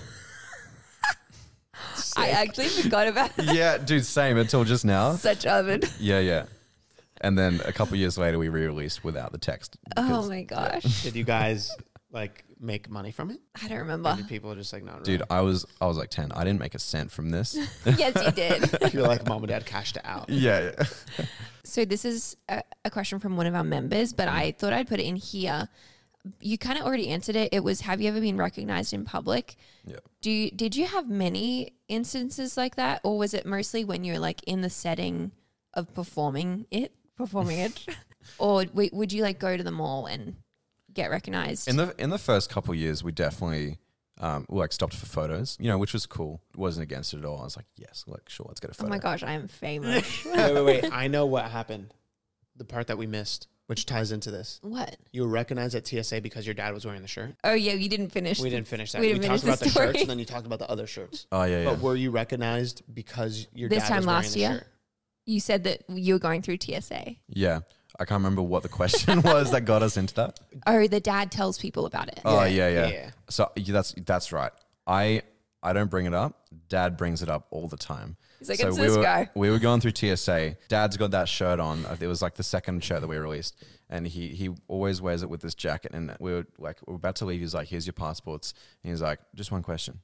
Speaker 3: I actually forgot about
Speaker 1: yeah, dude, same until just now.
Speaker 3: such oven.
Speaker 1: Yeah, yeah. And then a couple years later, we re released without the text.
Speaker 3: Oh
Speaker 1: because-
Speaker 3: my gosh.
Speaker 2: Did you guys like make money from it?
Speaker 3: I don't remember.
Speaker 2: Did people just like not
Speaker 1: Dude, I was I was like ten. I didn't make a cent from this.
Speaker 3: yes, you did.
Speaker 2: I feel like mom and dad cashed it out.
Speaker 1: yeah, yeah.
Speaker 3: So this is a, a question from one of our members, but
Speaker 1: Mm-hmm.
Speaker 3: I thought I'd put it in here. You kind of already answered it. It was, have you ever been recognized in public?
Speaker 1: Yeah.
Speaker 3: Do you, did you have many instances like that, or was it mostly when you're like in the setting of performing it, performing it? or w- would you like go to the mall and get recognized?
Speaker 1: In the in the first couple years, we definitely um, like stopped for photos, you know, which was cool. Wasn't against it at all. I was like, yes, like sure, let's get a
Speaker 3: oh
Speaker 1: photo.
Speaker 3: my gosh, I am famous.
Speaker 2: wait, wait, wait. I know what happened. The part that we missed, which ties into this.
Speaker 3: what?
Speaker 2: You were recognized at TSA because your dad was wearing the shirt.
Speaker 3: Oh yeah, you didn't finish.
Speaker 2: We
Speaker 3: the-
Speaker 2: didn't finish that.
Speaker 3: We
Speaker 2: We,
Speaker 3: didn't
Speaker 2: talked
Speaker 3: finish
Speaker 2: about
Speaker 3: the
Speaker 2: the shirts
Speaker 3: story.
Speaker 2: and then you talked about the other shirts.
Speaker 1: Oh yeah, yeah.
Speaker 2: But were you recognized because your
Speaker 3: This
Speaker 2: dad
Speaker 3: time
Speaker 2: was wearing
Speaker 3: last
Speaker 2: the
Speaker 3: year?
Speaker 2: shirt?
Speaker 3: You said that you were going through TSA.
Speaker 1: yeah. I can't remember what the question was that got us into that.
Speaker 3: Oh, the dad tells people about it.
Speaker 1: Oh
Speaker 2: Yeah,
Speaker 1: yeah, yeah.
Speaker 2: yeah.
Speaker 1: So yeah, that's that's right. I I don't bring it up. Dad brings it up all the time.
Speaker 3: He's like,
Speaker 1: so
Speaker 3: "It's
Speaker 1: we
Speaker 3: this
Speaker 1: were,
Speaker 3: guy."
Speaker 1: We were going through TSA. Dad's got that shirt on. Uh, It was like the second shirt that we released, and he he always wears it with this jacket. And we were like, we we're about to leave. He's like, "Here's your passports." And he's like, "Just one question.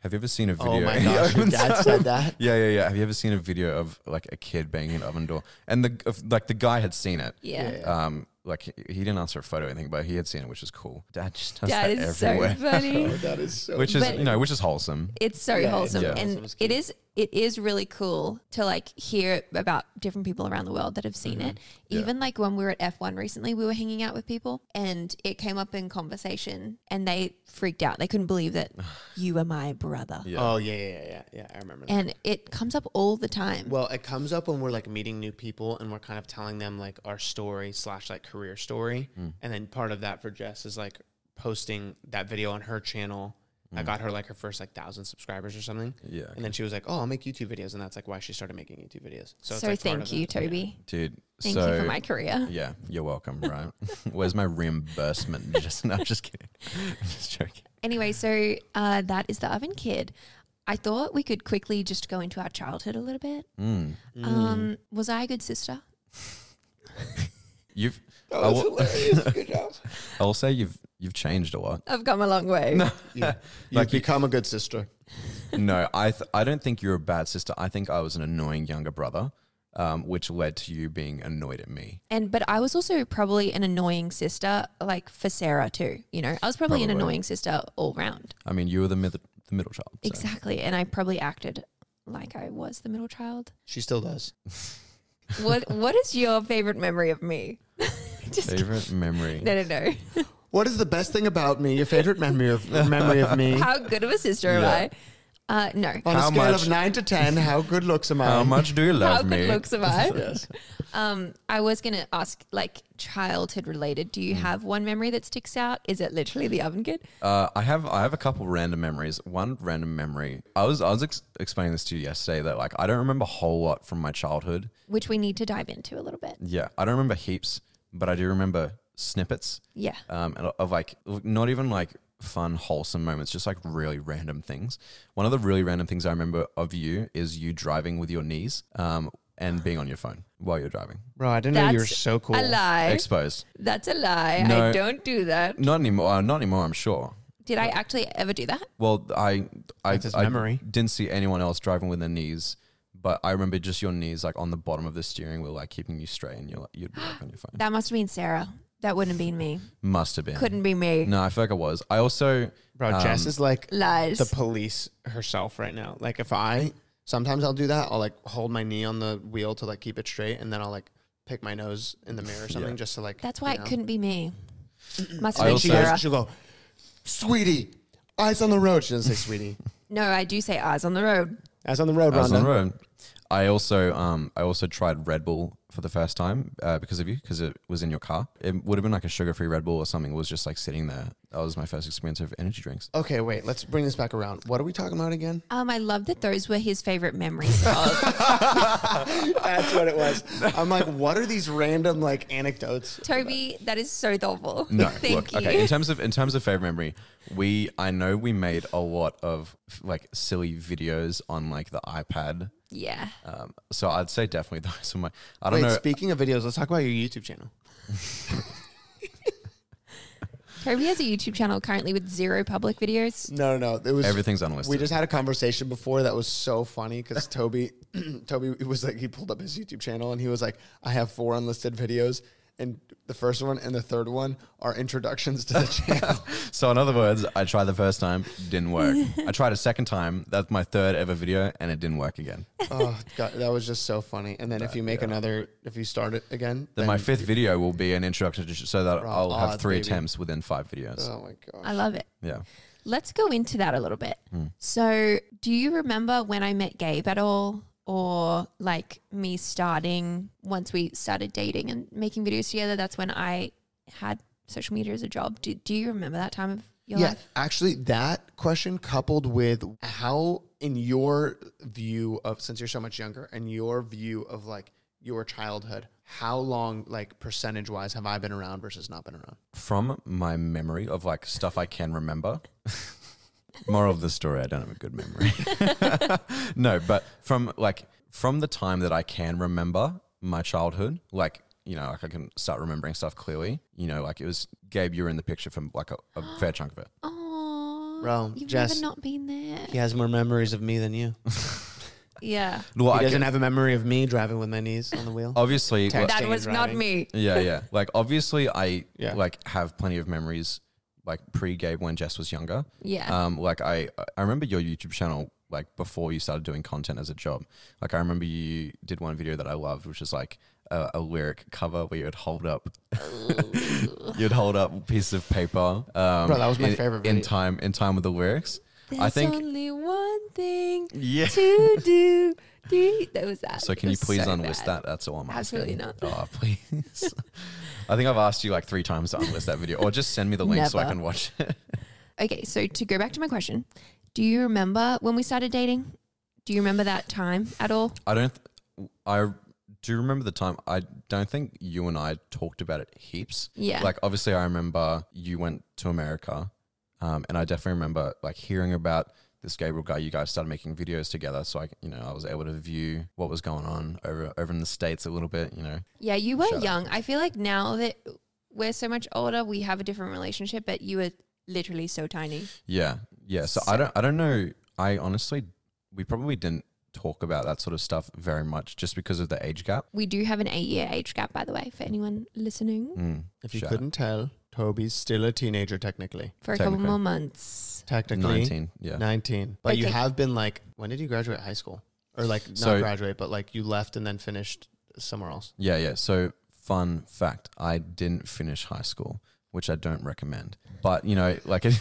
Speaker 1: Have you ever seen a video?"
Speaker 2: Oh my
Speaker 1: He
Speaker 2: gosh, your
Speaker 1: opens
Speaker 2: dad
Speaker 1: up-
Speaker 2: said that.
Speaker 1: Yeah, yeah, yeah. Have you ever seen a video of like a kid banging an oven door? And the of, like the guy had seen it.
Speaker 3: Yeah.
Speaker 1: Um, like he he didn't ask for a photo or anything, but he had seen it, which is cool. Dad just does that
Speaker 3: Dad is
Speaker 1: everywhere,
Speaker 3: so funny.
Speaker 2: That is so.
Speaker 1: which is
Speaker 3: But-
Speaker 1: you know, which is wholesome.
Speaker 3: It's so
Speaker 2: Yeah,
Speaker 3: wholesome,
Speaker 1: yeah.
Speaker 3: and
Speaker 2: Wholesome is
Speaker 3: it
Speaker 2: cute.
Speaker 3: is it is really cool to like hear about different people around the world that have
Speaker 2: Mm-hmm.
Speaker 3: seen it. Even like when we were at F1 recently, we were hanging out with people, and it came up in conversation, and they freaked out. They couldn't believe that you were my brother,
Speaker 1: Yeah.
Speaker 2: oh yeah, yeah, yeah, yeah, yeah. I remember that.
Speaker 3: and it comes up all the time.
Speaker 2: Well, it comes up when we're like meeting new people and we're kind of telling them like our story slash like career story, and then part of that for Jess is like posting that video on her channel. I got her like her first like thousand subscribers or something,
Speaker 1: Yeah,
Speaker 2: and then she was like, "Oh, I'll make YouTube videos," and that's like why she started making YouTube videos. So,
Speaker 3: so
Speaker 2: it's, like, part
Speaker 3: thank
Speaker 2: of
Speaker 3: you,
Speaker 2: that. Yeah.
Speaker 3: Toby.
Speaker 1: dude.
Speaker 3: Thank
Speaker 1: so
Speaker 3: you for my career.
Speaker 1: yeah, you're welcome. Right? Where's my reimbursement? Just no, I'm just kidding. I'm just joking.
Speaker 3: Anyway, so uh, that is the oven kid. I thought we could quickly just go into our childhood a little bit.
Speaker 1: Mm.
Speaker 3: Um, was I a good sister?
Speaker 1: You've.
Speaker 2: That
Speaker 1: I
Speaker 2: was
Speaker 1: will-
Speaker 2: hilarious. Good job.
Speaker 1: I'll say you've you've changed a lot.
Speaker 3: I've come a long way.
Speaker 2: Like become a good sister.
Speaker 1: no, I th- I don't think you're a bad sister. I think I was an annoying younger brother, um, which led to you being annoyed at me.
Speaker 3: And but I was also probably an annoying sister, like for Sarah too. You know, I was probably, an
Speaker 1: Probably.
Speaker 3: annoying sister all round.
Speaker 1: I mean, you were the mid- the middle child. so.
Speaker 3: Exactly, and I probably acted like I was the middle child.
Speaker 2: She still does.
Speaker 3: What What is your favorite memory of me? Just
Speaker 1: Favorite memory.
Speaker 3: no, no,
Speaker 2: What is the best thing about me? Your favorite memory of memory of me?
Speaker 3: no. How good of a sister am I? Uh, no.
Speaker 2: On a
Speaker 1: How
Speaker 2: scale
Speaker 1: much-
Speaker 2: of nine to ten, how good looks am I?
Speaker 1: How much do you love
Speaker 3: How
Speaker 1: me?
Speaker 3: good looks am I?
Speaker 2: Yes.
Speaker 3: Um, I was gonna ask, like childhood related. Do you have one memory that sticks out? Is it literally the oven kid?
Speaker 1: Uh, I have I have a couple random memories. One random memory. I was I was ex- explaining this to you yesterday that like I don't remember a whole lot from my childhood.
Speaker 3: Which we need to dive into a little bit.
Speaker 1: Yeah, I don't remember heaps, but I do remember snippets.
Speaker 3: Yeah.
Speaker 1: um, and of like not even like fun, wholesome moments, just like really random things. One of the really random things I remember of you is you driving with your knees um, and being on your phone while you're driving.
Speaker 2: Bro, I didn't know you were
Speaker 3: That's
Speaker 2: so cool.
Speaker 3: A lie.
Speaker 1: Exposed.
Speaker 3: That's a lie. I
Speaker 1: No.
Speaker 3: don't do that.
Speaker 1: Not anymore. Uh, not anymore. I'm sure.
Speaker 3: Did I actually ever do that?
Speaker 1: Well, I I,
Speaker 2: That's his
Speaker 1: I
Speaker 2: memory.
Speaker 1: didn't see anyone else driving with their knees. But I remember just your knees like on the bottom of the steering wheel, like keeping you straight, and you're like, you'd be like on your phone.
Speaker 3: That must have been Sarah. That wouldn't have been me.
Speaker 1: Must have been.
Speaker 3: Couldn't be me.
Speaker 1: No, I feel like I was. I also
Speaker 2: Bro, Jess is like
Speaker 3: Lies.
Speaker 2: the police herself right now. Like if I sometimes I'll do that, I'll like hold my knee on the wheel to like keep it straight and then I'll like pick my nose in the mirror or something
Speaker 1: Yeah.
Speaker 2: just to like
Speaker 3: That's why
Speaker 2: you
Speaker 3: it
Speaker 2: know.
Speaker 3: couldn't be me. Must have
Speaker 1: I
Speaker 2: And
Speaker 3: been
Speaker 1: also-
Speaker 2: she
Speaker 3: Sarah.
Speaker 2: goes, she'll go, Sweetie, eyes on the road. She doesn't say sweetie.
Speaker 3: No, I do say eyes on the road.
Speaker 2: Eyes on the road,
Speaker 1: I was on
Speaker 2: Rhonda.
Speaker 1: the road. I also um I also tried Red Bull for the first time uh, because of you because it was in your car. It would have been like a sugar free Red Bull or something. It was just like sitting there. That was my first experience of energy drinks.
Speaker 2: Okay, wait, let's bring this back around. What are we talking about again?
Speaker 3: Um, I love that those were his favorite memories. of.
Speaker 2: That's what it was. I'm like, what are these random like anecdotes?
Speaker 3: Toby, that is so thoughtful.
Speaker 1: No,
Speaker 3: Thank
Speaker 1: look,
Speaker 3: you.
Speaker 1: okay. In terms of in terms of favorite memory, we I know we made a lot of like silly videos on like the iPad.
Speaker 3: Yeah.
Speaker 1: Um, so I'd say definitely those are my. I don't
Speaker 2: Wait,
Speaker 1: know.
Speaker 2: speaking of videos, let's talk about your YouTube channel.
Speaker 3: Toby has a YouTube channel currently with zero public videos.
Speaker 2: No, no, no. It was
Speaker 1: Everything's unlisted.
Speaker 2: We just had a conversation before that was so funny because Toby, Toby was like he pulled up his YouTube channel and he was like, "I have four unlisted videos," and the first one and the third one are introductions to the channel.
Speaker 1: So in other words, I tried the first time, didn't work. I tried a second time. That's my third ever video, and it didn't work again.
Speaker 2: oh god, that was just so funny. And then if you make another, if you start it again,
Speaker 1: Then my fifth video will be an introduction, to, so that
Speaker 2: Raw
Speaker 1: I'll have
Speaker 2: odds,
Speaker 1: three
Speaker 2: baby.
Speaker 1: attempts within five videos.
Speaker 2: Oh my god.
Speaker 3: I love it.
Speaker 1: Yeah.
Speaker 3: Let's go into that a little bit.
Speaker 1: Hmm.
Speaker 3: So, do you remember when I met Gabe at all? Or like me starting once we started dating and making videos together? That's when I had social media as a job. Do, do you remember that time of your
Speaker 2: yeah,
Speaker 3: life?
Speaker 2: actually, that question coupled with how, in your view of, since you're so much younger, and your view of like your childhood, how long, like percentage wise, have I been around versus not been around?
Speaker 1: From my memory of like stuff I can remember. Moral of the story: I don't have a good memory. no, but from like from the time that I can remember my childhood, like you know, like I can start remembering stuff clearly. You know, like it was Gabe. You were in the picture from like a, a fair chunk of it.
Speaker 3: Oh,
Speaker 2: Bro,
Speaker 3: you've
Speaker 2: Jess-
Speaker 3: never not been there.
Speaker 2: He has more memories of me than you.
Speaker 3: Yeah.
Speaker 1: Well,
Speaker 2: He
Speaker 1: I
Speaker 2: doesn't
Speaker 1: can,
Speaker 2: have a memory of me driving with my knees on the wheel.
Speaker 1: obviously,
Speaker 2: Text.
Speaker 1: like-
Speaker 3: That
Speaker 2: Staying
Speaker 3: was not
Speaker 2: driving.
Speaker 3: me.
Speaker 1: yeah, yeah. Like obviously, I
Speaker 2: Yeah.
Speaker 1: like have plenty of memories like pre Gabe when Jess was younger.
Speaker 3: Yeah.
Speaker 1: Um, like I, I remember your YouTube channel like before you started doing content as a job. Like I remember you did one video that I loved, which is like a, a lyric cover where you'd hold up, you'd hold up a piece of paper. Um,
Speaker 2: Bro, that was my
Speaker 1: in-
Speaker 2: favorite
Speaker 1: In
Speaker 2: video.
Speaker 1: time, in time with the lyrics.
Speaker 3: There's
Speaker 1: I think.
Speaker 3: only one thing
Speaker 1: yeah.
Speaker 3: to do. do. That was that.
Speaker 1: So can you
Speaker 3: It was
Speaker 1: please
Speaker 3: so
Speaker 1: unlist that?
Speaker 3: bad.
Speaker 1: That's all I'm
Speaker 3: Absolutely
Speaker 1: asking. Oh,
Speaker 3: not.
Speaker 1: please. I think I've asked you like three times to unlist that video, or just send me the link so I
Speaker 3: Never.
Speaker 1: can watch it.
Speaker 3: Okay, so to go back to my question, do you remember when we started dating? Do you remember that time at all?
Speaker 1: I don't. Th- I do remember the time. I don't think you and I talked about it heaps.
Speaker 3: Yeah.
Speaker 1: Like obviously, I remember you went to America, um, and I definitely remember like hearing about this Gabriel guy. You guys started making videos together, so I, you know, I was able to view what was going on over over in the states a little bit. You know,
Speaker 3: Yeah, you were
Speaker 1: Shut up.
Speaker 3: young. I feel like now that we're so much older, we have a different relationship, but you were literally so tiny.
Speaker 1: Yeah, yeah. So, I don't, I don't know. I honestly, we probably didn't talk about that sort of stuff very much, just because of the age gap.
Speaker 3: We do have an eight year age gap, by the way, for anyone listening,
Speaker 1: Mm,
Speaker 2: if you
Speaker 1: shut up.
Speaker 2: couldn't tell, Toby's still a teenager, technically.
Speaker 3: for a couple
Speaker 1: Technically.
Speaker 3: more months.
Speaker 2: Technically, 19.
Speaker 1: nineteen, yeah.
Speaker 2: But you
Speaker 3: Okay.
Speaker 2: have been like, when did you graduate high school? Or like, not
Speaker 1: So-
Speaker 2: graduate, but like you left and then finished somewhere else.
Speaker 1: Yeah, yeah. So, fun fact: I didn't finish high school, which I don't recommend. But you know, like, it,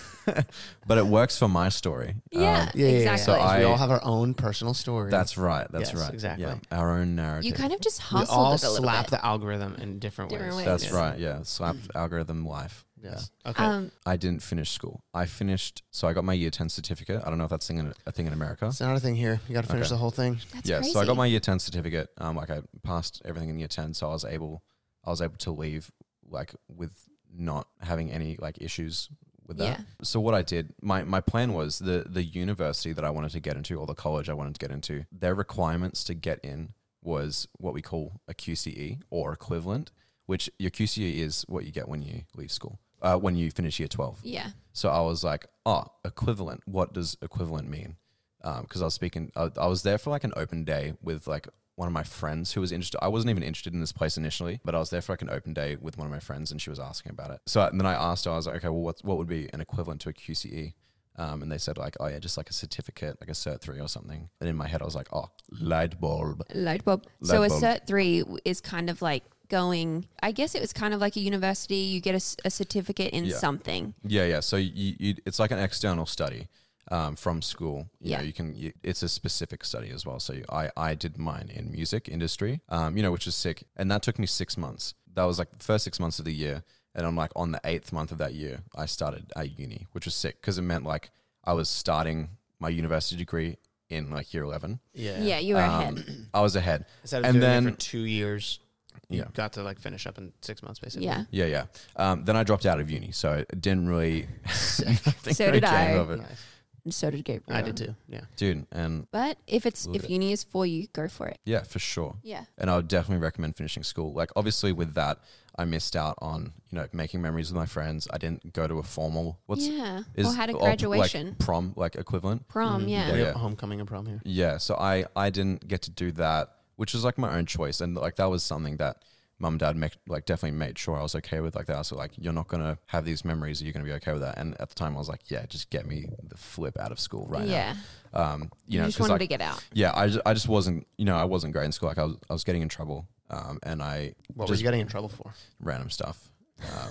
Speaker 1: but it works for my story. Um,
Speaker 3: Yeah,
Speaker 2: yeah, yeah, yeah.
Speaker 3: exactly.
Speaker 1: So I-
Speaker 2: we all have our own personal story.
Speaker 1: that's right. That's
Speaker 2: Yes,
Speaker 1: right.
Speaker 2: exactly.
Speaker 1: Yeah, our own narrative.
Speaker 3: you kind of just
Speaker 2: we
Speaker 3: hustled
Speaker 2: all
Speaker 3: it a little
Speaker 2: slap
Speaker 3: bit.
Speaker 2: the algorithm in different,
Speaker 3: Different
Speaker 2: ways.
Speaker 3: ways.
Speaker 1: that's
Speaker 3: Yeah.
Speaker 1: right. Yeah. Slap
Speaker 3: Mm.
Speaker 1: algorithm life.
Speaker 2: Yes. Okay.
Speaker 3: Um,
Speaker 1: I didn't finish school. I finished. So I got my year ten certificate. I don't know if that's thing in, a thing in America.
Speaker 2: it's not a thing here. You got to finish
Speaker 1: Okay.
Speaker 2: the whole thing.
Speaker 3: that's
Speaker 1: yeah,
Speaker 3: crazy.
Speaker 1: so I got my year ten certificate. Um, like I passed everything in year ten, so I was able, I was able to leave like with not having any like issues with that.
Speaker 3: Yeah.
Speaker 1: So what I did, my my plan was the the university that I wanted to get into or the college I wanted to get into, their requirements to get in was what we call a QCE or equivalent, which your QCE is what you get when you leave school, uh, when you finish year twelve.
Speaker 3: Yeah.
Speaker 1: So I was like, oh, equivalent. What does equivalent mean? Because I was speaking, I, I was there for like an open day with like one of my friends who was interested. I wasn't even interested in this place initially, but I was there for like an open day with one of my friends and she was asking about it. So and then I asked her, I was like, okay, well, what, what would be an equivalent to a QCE? Um, and they said like, oh yeah, just like a certificate, like a Cert 3 or something. And in my head, I was like, oh, light bulb.
Speaker 3: Light bulb.
Speaker 1: Light
Speaker 3: so a
Speaker 1: bulb.
Speaker 3: cert three w- is kind of like going. I guess it was kind of like a university. You get a s- a, certificate in
Speaker 1: Yeah.
Speaker 3: something.
Speaker 1: Yeah, yeah. So you, you it's like an external study um, from school. You
Speaker 3: Yeah.
Speaker 1: know, you can. You, it's a specific study as well. So you, I I did mine in music industry. Um, you know, which is sick, and that took me six months. That was like the first six months of the year, and I'm like on the eighth month of that year, I started at uni, which was sick because it meant like I was starting my university degree in like year eleven. Um,
Speaker 3: Yeah, you were ahead.
Speaker 1: I was ahead.
Speaker 2: Instead of
Speaker 1: And
Speaker 2: doing it
Speaker 1: then-
Speaker 2: for two years, you
Speaker 1: Yeah.
Speaker 2: got to like finish up in six months, basically.
Speaker 3: Yeah.
Speaker 1: Yeah, yeah. Um, then I dropped out of uni, so it didn't really. nothing
Speaker 3: So
Speaker 1: really
Speaker 3: did
Speaker 1: came
Speaker 3: I.
Speaker 1: of it.
Speaker 2: Nice.
Speaker 3: And so did Gabriel.
Speaker 2: I did too. Yeah.
Speaker 1: dude. And
Speaker 3: But if it's
Speaker 1: Love
Speaker 3: if
Speaker 1: it.
Speaker 3: uni is for you, go for it.
Speaker 1: yeah, for sure.
Speaker 3: Yeah.
Speaker 1: and I would definitely recommend finishing school. Like obviously with that, I missed out on you know making memories with my friends. I didn't go to a formal what's
Speaker 3: yeah.
Speaker 1: is
Speaker 3: or had a
Speaker 1: oh, like,
Speaker 3: graduation.
Speaker 1: prom like equivalent.
Speaker 3: Prom,
Speaker 2: Mhm.
Speaker 3: yeah.
Speaker 2: We have
Speaker 1: Yeah.
Speaker 2: homecoming and prom here.
Speaker 1: Yeah, so I I didn't get to do that, which was like my own choice, and like that was something that mum and dad make, like definitely made sure I was okay with like that. So like you're not gonna have these memories. You're gonna be okay with that. And at the time I was like, yeah, just get me the flip out of school right
Speaker 3: yeah.
Speaker 1: now. Um, you,
Speaker 3: You,
Speaker 1: know,
Speaker 3: just
Speaker 1: 'cause,
Speaker 3: wanted
Speaker 1: like,
Speaker 3: to get out.
Speaker 1: yeah, I just, I just wasn't you know I wasn't great in school. Like I was I was getting in trouble. Um, and I
Speaker 2: What were
Speaker 1: just
Speaker 2: you getting in trouble for?
Speaker 1: random stuff. Um,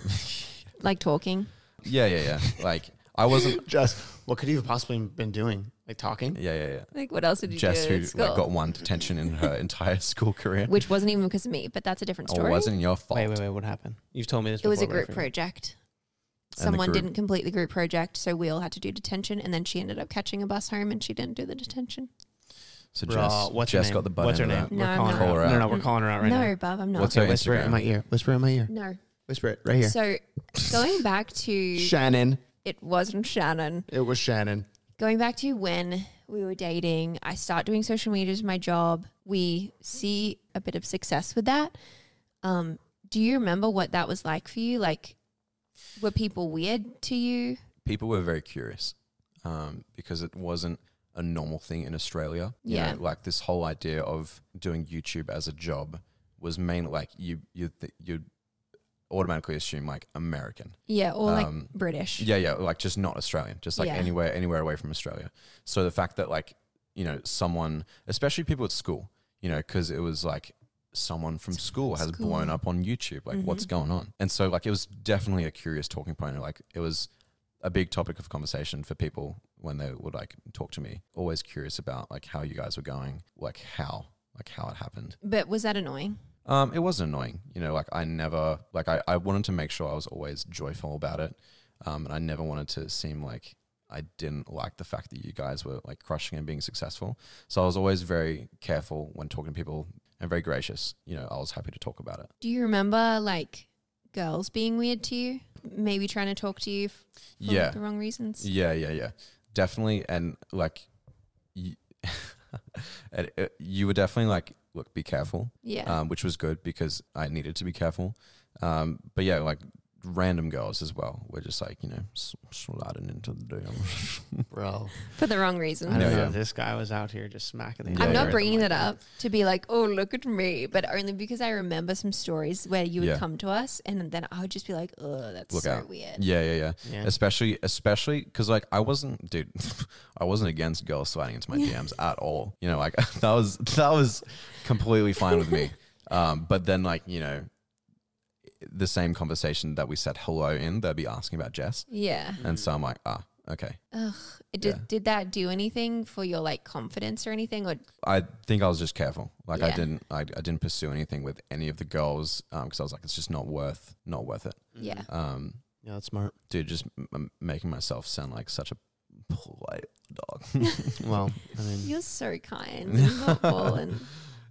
Speaker 3: Like talking.
Speaker 1: yeah, yeah, yeah. Like I wasn't.
Speaker 2: Just what could you have possibly been doing? Like talking?
Speaker 1: Yeah, yeah, yeah.
Speaker 3: Like what else did you
Speaker 1: Jess,
Speaker 3: do
Speaker 1: who
Speaker 3: at school?
Speaker 1: like, got one detention in her entire school career.
Speaker 3: Which wasn't even because of me, but that's a different
Speaker 1: Oh, it
Speaker 3: story.
Speaker 1: wasn't your fault.
Speaker 2: Wait, wait, wait. What happened? You've told me this.
Speaker 3: It was a
Speaker 2: before,
Speaker 3: group
Speaker 2: but I forget.
Speaker 3: project.
Speaker 1: the
Speaker 3: Someone
Speaker 1: group-
Speaker 3: didn't complete the group project, so we all had to do detention, and then she ended up catching a bus home, and she didn't do the detention.
Speaker 1: So
Speaker 2: Bruh,
Speaker 1: Jess,
Speaker 2: what's her
Speaker 1: Jess
Speaker 2: name?
Speaker 1: got the butt
Speaker 2: What's her
Speaker 1: end
Speaker 2: name?
Speaker 1: of
Speaker 3: No,
Speaker 2: We're
Speaker 3: I'm
Speaker 2: calling
Speaker 3: not.
Speaker 1: Call her
Speaker 2: out. No, Mm-hmm.
Speaker 1: out.
Speaker 2: no, we're calling her out right
Speaker 3: no,
Speaker 2: now.
Speaker 3: Bob, I'm not.
Speaker 1: What's her-
Speaker 2: Okay, whisper it in
Speaker 1: Instagram.
Speaker 2: my ear. Whisper in my ear.
Speaker 3: no.
Speaker 2: Whisper it right here.
Speaker 3: So going back to
Speaker 2: Shannon.
Speaker 3: it wasn't Shannon.
Speaker 2: It was Shannon.
Speaker 3: Going back to when we were dating, I start doing social media as my job. We see a bit of success with that. Um, do you remember what that was like for you? Like, were people weird to you?
Speaker 1: people were very curious um, because it wasn't a normal thing in Australia. You
Speaker 3: Yeah.
Speaker 1: know, like this whole idea of doing YouTube as a job was mainly like you you th- you automatically assume like American.
Speaker 3: Yeah, or
Speaker 1: Um,
Speaker 3: like British.
Speaker 1: Yeah, yeah, like just not Australian, just like
Speaker 3: Yeah.
Speaker 1: anywhere anywhere away from Australia. So the fact that like you know someone, especially people at school, you know, because it was like someone from school has
Speaker 3: school. Mm-hmm.
Speaker 1: blown up on YouTube, like what's going on? And so like it was definitely a curious talking point. and, Like it was a big topic of conversation for people when they would like talk to me. Always curious about like how you guys were going, like how like how it happened.
Speaker 3: But was that annoying?
Speaker 1: Um, it wasn't annoying. You know, like I never like I, I wanted to make sure I was always joyful about it. Um, and I never wanted to seem like I didn't like the fact that you guys were like crushing and being successful. So I was always very careful when talking to people and very gracious. You know, I was happy to talk about it.
Speaker 3: Do you remember like girls being weird to you? Maybe trying to talk to you f- for
Speaker 1: Yeah.
Speaker 3: the wrong reasons?
Speaker 1: Yeah, yeah, yeah. Definitely. And like, you, and it, you were definitely like, look, be careful.
Speaker 3: Yeah.
Speaker 1: um, which was good because I needed to be careful. Um, but yeah, like random girls as well. We're just like you know s- sliding into the DM.
Speaker 2: Bro.
Speaker 3: for the wrong
Speaker 2: I
Speaker 3: reasons.
Speaker 2: don't
Speaker 1: Yeah,
Speaker 2: know.
Speaker 1: yeah.
Speaker 2: This guy was out here just smacking the
Speaker 1: I'm
Speaker 3: I'm
Speaker 1: Yeah,
Speaker 3: not
Speaker 1: yeah.
Speaker 3: bringing that up to be like, oh, look at me, but only because I remember some stories where you would
Speaker 1: Yeah.
Speaker 3: come to us and then I would just be like, oh, that's
Speaker 1: Look
Speaker 3: so
Speaker 1: out.
Speaker 3: weird.
Speaker 1: yeah, yeah, yeah.
Speaker 2: Yeah.
Speaker 1: Especially, especially because like I wasn't, dude, I wasn't against girls sliding into my DMs at all. You know, like that was that was completely fine with me. Um, but then like you know, the same conversation that we said hello in, they'd be asking about Jess,
Speaker 3: Yeah.
Speaker 1: and so I'm like, ah, okay.
Speaker 3: Ugh. It Did,
Speaker 1: Yeah.
Speaker 3: did that do anything for your like confidence or anything? Or
Speaker 1: I think I was just careful. Like I
Speaker 3: Yeah.
Speaker 1: didn't, I, I didn't pursue anything with any of the girls because I was like, it's just not worth, not worth it.
Speaker 3: yeah.
Speaker 1: Um,
Speaker 2: Yeah, that's smart.
Speaker 1: dude, just m- m- making myself sound like such a polite dog.
Speaker 2: Well, I mean,
Speaker 3: You're so kind and helpful and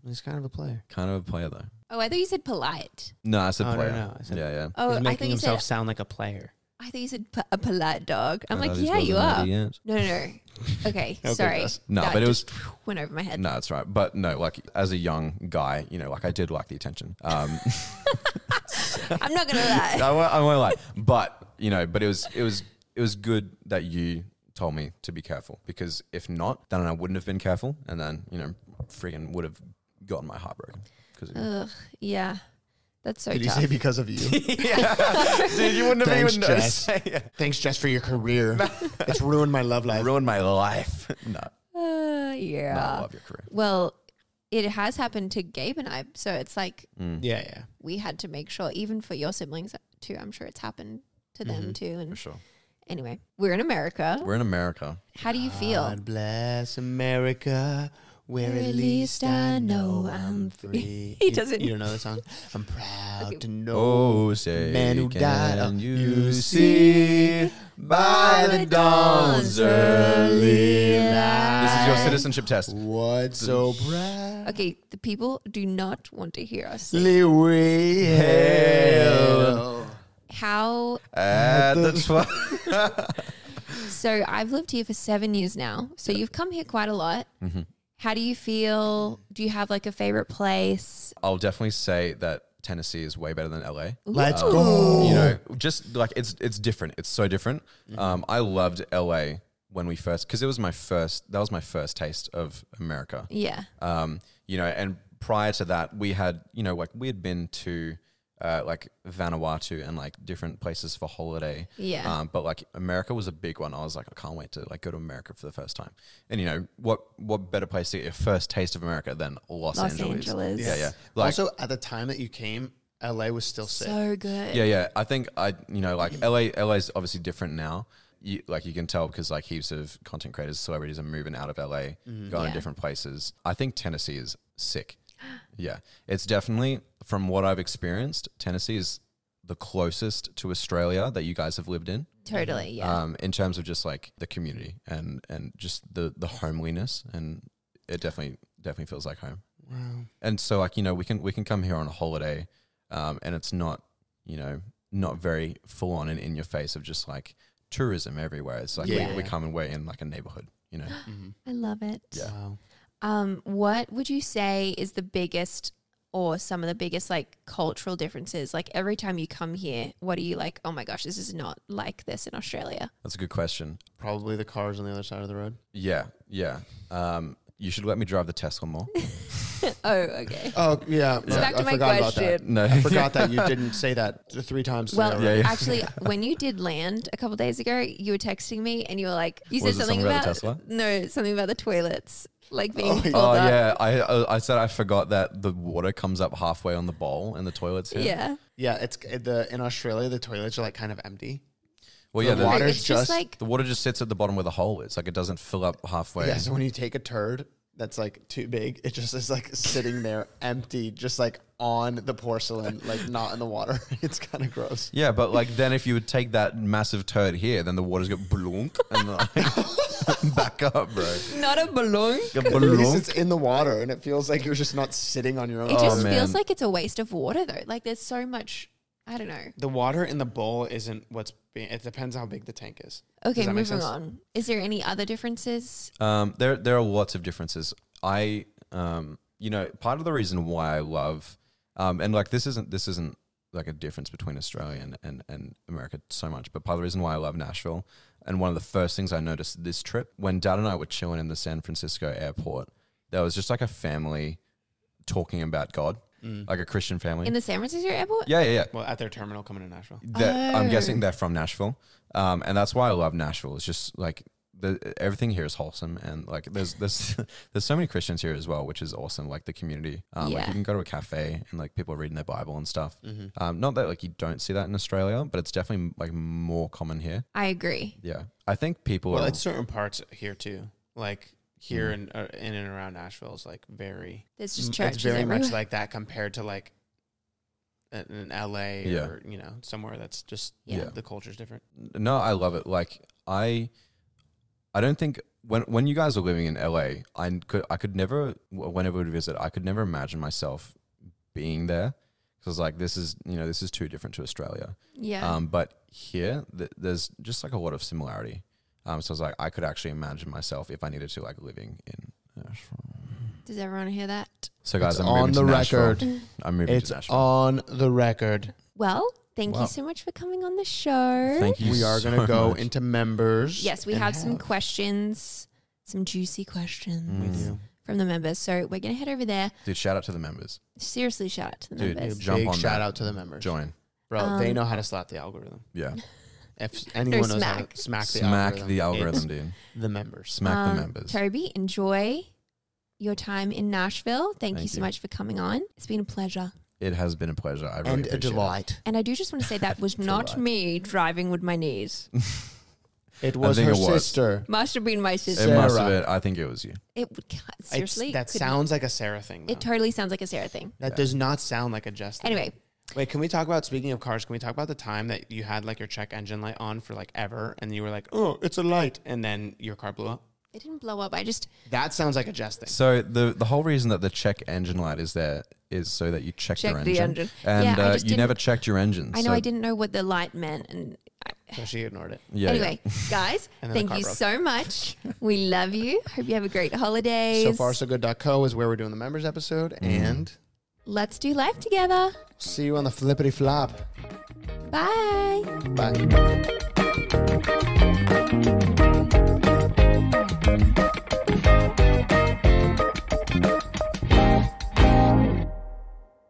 Speaker 2: he's kind of a player.
Speaker 1: kind of a player though.
Speaker 3: oh, I thought you said polite.
Speaker 1: No, I said
Speaker 2: Oh, no,
Speaker 1: player.
Speaker 2: no, I said-
Speaker 1: yeah, yeah.
Speaker 3: Oh,
Speaker 2: he's
Speaker 3: I thought
Speaker 2: making
Speaker 3: you
Speaker 2: himself
Speaker 3: said
Speaker 2: sound like a player.
Speaker 3: I thought you said p- a polite dog. I'm
Speaker 1: I
Speaker 3: like,
Speaker 1: thought this
Speaker 3: yeah, you
Speaker 1: wasn't
Speaker 3: are.
Speaker 1: ready yet.
Speaker 3: No, no, no. Okay, sorry.
Speaker 2: Jess.
Speaker 1: No,
Speaker 3: That
Speaker 1: but it was
Speaker 3: just went over my head.
Speaker 1: no, that's right. But no, like as a young guy, you know, like I did like the attention. Um,
Speaker 3: I'm not gonna lie.
Speaker 1: I won't, I won't lie. But you know, but it was it was it was good that you told me to be careful because if not, then I wouldn't have been careful, and then you know, friggin' would have gotten my heart broken. Because
Speaker 3: Ugh, yeah, that's so
Speaker 2: Did you
Speaker 3: Oh, tough.
Speaker 2: say because of you?
Speaker 1: dude, you wouldn't
Speaker 2: Thanks, Jess. Thanks, Jess, for your career. it's ruined my love life.
Speaker 1: ruined my life. no,
Speaker 3: Uh, yeah.
Speaker 1: no, I love your career.
Speaker 3: well, it has happened to Gabe and I, so it's like
Speaker 1: Mm,
Speaker 2: Yeah, yeah.
Speaker 3: we had to make sure, even for your siblings too. I'm sure it's happened to them too.
Speaker 1: For
Speaker 3: And
Speaker 1: sure.
Speaker 3: anyway, we're in America.
Speaker 1: We're in America.
Speaker 3: How do you feel?
Speaker 2: God bless America, where at least I know I'm free.
Speaker 3: He
Speaker 2: You-
Speaker 3: doesn't-
Speaker 2: You don't know the song? I'm proud to know
Speaker 1: Oh, say,
Speaker 2: men who
Speaker 1: can
Speaker 2: died. uh,
Speaker 1: you see by the dawn's early light? This is your citizenship test.
Speaker 2: What's so proud?
Speaker 3: Okay, the people do not want to hear us.
Speaker 2: We hail.
Speaker 3: How
Speaker 1: At the twi-
Speaker 3: So I've lived here for seven years now. So you've come here quite a lot.
Speaker 1: Mm-hmm.
Speaker 3: How do you feel? Do you have like a favorite place?
Speaker 1: I'll definitely say that Tennessee is way better than LA.
Speaker 2: Let's go.
Speaker 1: You know, just like it's it's different. It's so different.
Speaker 3: Mm-hmm.
Speaker 1: Um, I loved LA when we first because it was my first. That was my first taste of America.
Speaker 3: Yeah.
Speaker 1: Um, you know, and prior to that, we had you know like we had been to uh, like Vanuatu and like different places for holiday.
Speaker 3: Yeah.
Speaker 1: Um, but like America was a big one. I was like, I can't wait to like go to America for the first time. And you know what? What better place to get your first taste of America than Los,
Speaker 3: Los
Speaker 1: Angeles?
Speaker 3: Angeles.
Speaker 1: Yeah, yeah. Like,
Speaker 2: also, at the time that you came, LA was still sick.
Speaker 3: So good.
Speaker 1: yeah, yeah. I think I, you know, like LA, LA's obviously different now. You, like you can tell because like heaps of content creators, celebrities are moving out of LA, going
Speaker 3: Mm-hmm. Yeah.
Speaker 1: to different places. I think Tennessee is sick. Yeah, it's definitely from what I've experienced. Tennessee is the closest to Australia that you guys have lived in,
Speaker 3: Totally. Yeah.
Speaker 1: um, in terms of just like the community and and just the the homeliness, and it definitely definitely feels like home
Speaker 2: wow.
Speaker 1: and so like you know we can we can come here on a holiday um, and it's not you know not very full on and in your face of just like tourism everywhere it's like
Speaker 2: Yeah.
Speaker 1: we, we come and we're in like a neighborhood you know
Speaker 2: Mhm.
Speaker 3: I love it.
Speaker 1: Yeah.
Speaker 2: Wow.
Speaker 3: Um, what would you say is the biggest or some of the biggest like cultural differences? Like every time you come here, what are you like, oh my gosh, this is not like this in Australia?
Speaker 1: that's a good question
Speaker 2: Probably the cars on the other side of the road.
Speaker 1: yeah yeah um, you should let me drive the tesla more
Speaker 3: oh, okay.
Speaker 2: Oh yeah,
Speaker 3: So back to my question.
Speaker 1: no
Speaker 2: I forgot that you didn't say that th- three times. today
Speaker 3: Well,
Speaker 2: already.
Speaker 1: yeah.
Speaker 3: actually, when you did land a couple days ago, you were texting me and you were like, you
Speaker 1: Was
Speaker 3: said
Speaker 1: it
Speaker 3: something,
Speaker 1: something about
Speaker 3: about,
Speaker 1: the Tesla?
Speaker 3: no, something about the toilets, like being
Speaker 2: Oh,
Speaker 3: pulled
Speaker 1: Oh
Speaker 3: up.
Speaker 1: yeah, I- I I said I forgot that the water comes up halfway on the bowl and the toilets here.
Speaker 3: Yeah.
Speaker 2: yeah. It's uh, the in Australia the toilets are like kind of empty.
Speaker 1: well,
Speaker 2: The
Speaker 1: yeah, the,
Speaker 2: water-
Speaker 1: water.
Speaker 2: Water's
Speaker 3: it's just,
Speaker 2: just-
Speaker 3: like
Speaker 1: the water just sits at the bottom where the hole is. Like it doesn't fill up halfway.
Speaker 2: Yeah, so when you take a turd that's like too big, it just is like sitting there empty, just like on the porcelain, like not in the water. It's kind of gross.
Speaker 1: Yeah, but like then if you would take that massive turd here, then the waters go blunk and like back up, bro.
Speaker 3: not a balloon.
Speaker 1: Go
Speaker 2: Because
Speaker 1: blunk.
Speaker 2: it's in the water and it feels like you're just not sitting on your own.
Speaker 3: It just
Speaker 1: Oh, man.
Speaker 3: feels like it's a waste of water though. Like there's so much, I don't know.
Speaker 2: the water in the bowl isn't what's being, it depends how big the tank is.
Speaker 3: Okay,
Speaker 2: that make
Speaker 3: moving
Speaker 2: sense?
Speaker 3: on. Is there any other differences?
Speaker 1: Um, there there are lots of differences. I um, you know, part of the reason why I love um, and like this isn't this isn't like a difference between Australia and, and, and America so much, but part of the reason why I love Nashville and one of the first things I noticed this trip when Dad and I were chilling in the San Francisco airport, there was just like a family talking about God,
Speaker 2: Mm.
Speaker 1: like a Christian family.
Speaker 3: In the San Francisco airport?
Speaker 1: yeah, yeah, yeah.
Speaker 2: Well, at their terminal coming to Nashville.
Speaker 1: that
Speaker 3: Oh.
Speaker 1: I'm guessing they're from Nashville, um, and that's why I love Nashville. It's just like the, everything here is wholesome, and like there's there's there's so many Christians here as well, which is awesome. Like the community, um, like
Speaker 3: Yeah.
Speaker 1: you can go to a cafe and like people are reading their Bible and stuff.
Speaker 2: Mm-hmm.
Speaker 1: Um, not that like you don't see that in Australia, but it's definitely like more common here.
Speaker 3: I agree.
Speaker 1: Yeah, I think people.
Speaker 2: Well,
Speaker 1: are,
Speaker 2: it's certain parts here too. Like here in, uh, in and around Nashville is like very
Speaker 3: There's
Speaker 1: Mm,
Speaker 3: just
Speaker 2: m-
Speaker 3: churches
Speaker 2: It's very
Speaker 3: everywhere.
Speaker 2: much like that compared to like in in LA
Speaker 1: Yeah.
Speaker 2: or you know somewhere that's just
Speaker 3: Yeah.
Speaker 2: the culture's different.
Speaker 1: no, I love it. Like I, I don't think when when you guys were living in LA, I could I could never whenever we'd visit, I could never imagine myself being there because like this is you know this is too different to Australia.
Speaker 3: yeah.
Speaker 1: Um, but here th- there's just like a lot of similarity. Um, so I was like, I could actually imagine myself if I needed to like living in Nashville.
Speaker 3: Does everyone hear that?
Speaker 1: So guys,
Speaker 2: It's
Speaker 1: I'm
Speaker 2: on
Speaker 1: moving
Speaker 2: the
Speaker 1: to Nashville.
Speaker 2: record.
Speaker 1: I'm moving
Speaker 2: It's
Speaker 1: to Nashville.
Speaker 2: on the record.
Speaker 3: Well, thank
Speaker 1: Wow.
Speaker 3: you so much for coming on the show.
Speaker 1: Thank you.
Speaker 2: We are
Speaker 1: so
Speaker 2: going to go
Speaker 1: much.
Speaker 2: into members.
Speaker 3: yes, we
Speaker 2: and
Speaker 3: have some questions, some juicy
Speaker 2: Mm. We
Speaker 3: questions
Speaker 2: do.
Speaker 3: from the members. So we're going to head over there.
Speaker 1: dude. Shout out to the members.
Speaker 3: Seriously, shout out to the
Speaker 1: Dude,
Speaker 2: A
Speaker 3: members.
Speaker 1: Jump
Speaker 2: big
Speaker 1: on
Speaker 2: shout
Speaker 1: that.
Speaker 2: out to the members,
Speaker 1: Join.
Speaker 2: bro. they
Speaker 3: Um,
Speaker 2: know how to slap the algorithm.
Speaker 1: Yeah.
Speaker 2: If anyone knows how
Speaker 3: smack.
Speaker 2: to smack the
Speaker 1: Smack
Speaker 2: algorithm,
Speaker 1: the algorithm,
Speaker 2: it's
Speaker 1: dude.
Speaker 2: the members.
Speaker 1: Smack
Speaker 3: Um,
Speaker 1: the members.
Speaker 3: Toby, enjoy your time in Nashville. Thank, you
Speaker 1: Thank
Speaker 3: so
Speaker 1: you.
Speaker 3: much for coming on. It's been a pleasure.
Speaker 1: It has been a pleasure. I really
Speaker 2: And a
Speaker 1: appreciate
Speaker 2: delight.
Speaker 3: And I do just want to say that was not
Speaker 1: Delight.
Speaker 3: me driving with my knees.
Speaker 2: It was
Speaker 1: think
Speaker 2: her
Speaker 1: it was.
Speaker 2: sister.
Speaker 3: Must have been my
Speaker 1: It.
Speaker 3: sister.
Speaker 1: It
Speaker 2: Sarah.
Speaker 1: must have been. I think it was you.
Speaker 3: It would God,
Speaker 2: It's-
Speaker 3: seriously.
Speaker 2: that
Speaker 3: could-
Speaker 2: sounds like a Sarah thing. Though.
Speaker 3: It totally sounds like a Sarah thing.
Speaker 2: that does not sound like a Jess. thing.
Speaker 3: Anyway,
Speaker 2: Wait, can we talk about speaking of cars? Can we talk about the time that you had like your check engine light on for like ever, and you were like, "Oh, it's a light," and then your car blew up?
Speaker 3: it didn't blow up. I just
Speaker 2: That sounds like a Jess thing.
Speaker 1: So the the whole reason that the check engine light is there is so that you check,
Speaker 3: Check
Speaker 1: your
Speaker 3: the
Speaker 1: engine.
Speaker 3: engine. Yeah,
Speaker 1: And
Speaker 3: I
Speaker 1: uh,
Speaker 3: just
Speaker 1: you
Speaker 3: didn't-
Speaker 1: never checked your engine.
Speaker 3: I know
Speaker 1: so-
Speaker 3: I didn't know what the light meant and I,
Speaker 2: So she ignored it.
Speaker 1: Yeah, yeah.
Speaker 3: anyway, guys,
Speaker 2: And then the
Speaker 3: thank
Speaker 2: car
Speaker 3: you
Speaker 2: broke.
Speaker 3: so much. We love you. Hope you have a great holidays.
Speaker 2: So far, so good. Co is where we're doing the members episode,
Speaker 1: Mm.
Speaker 2: and
Speaker 3: Let's do life together.
Speaker 2: see you on the flippity flop.
Speaker 3: Bye.
Speaker 2: Bye.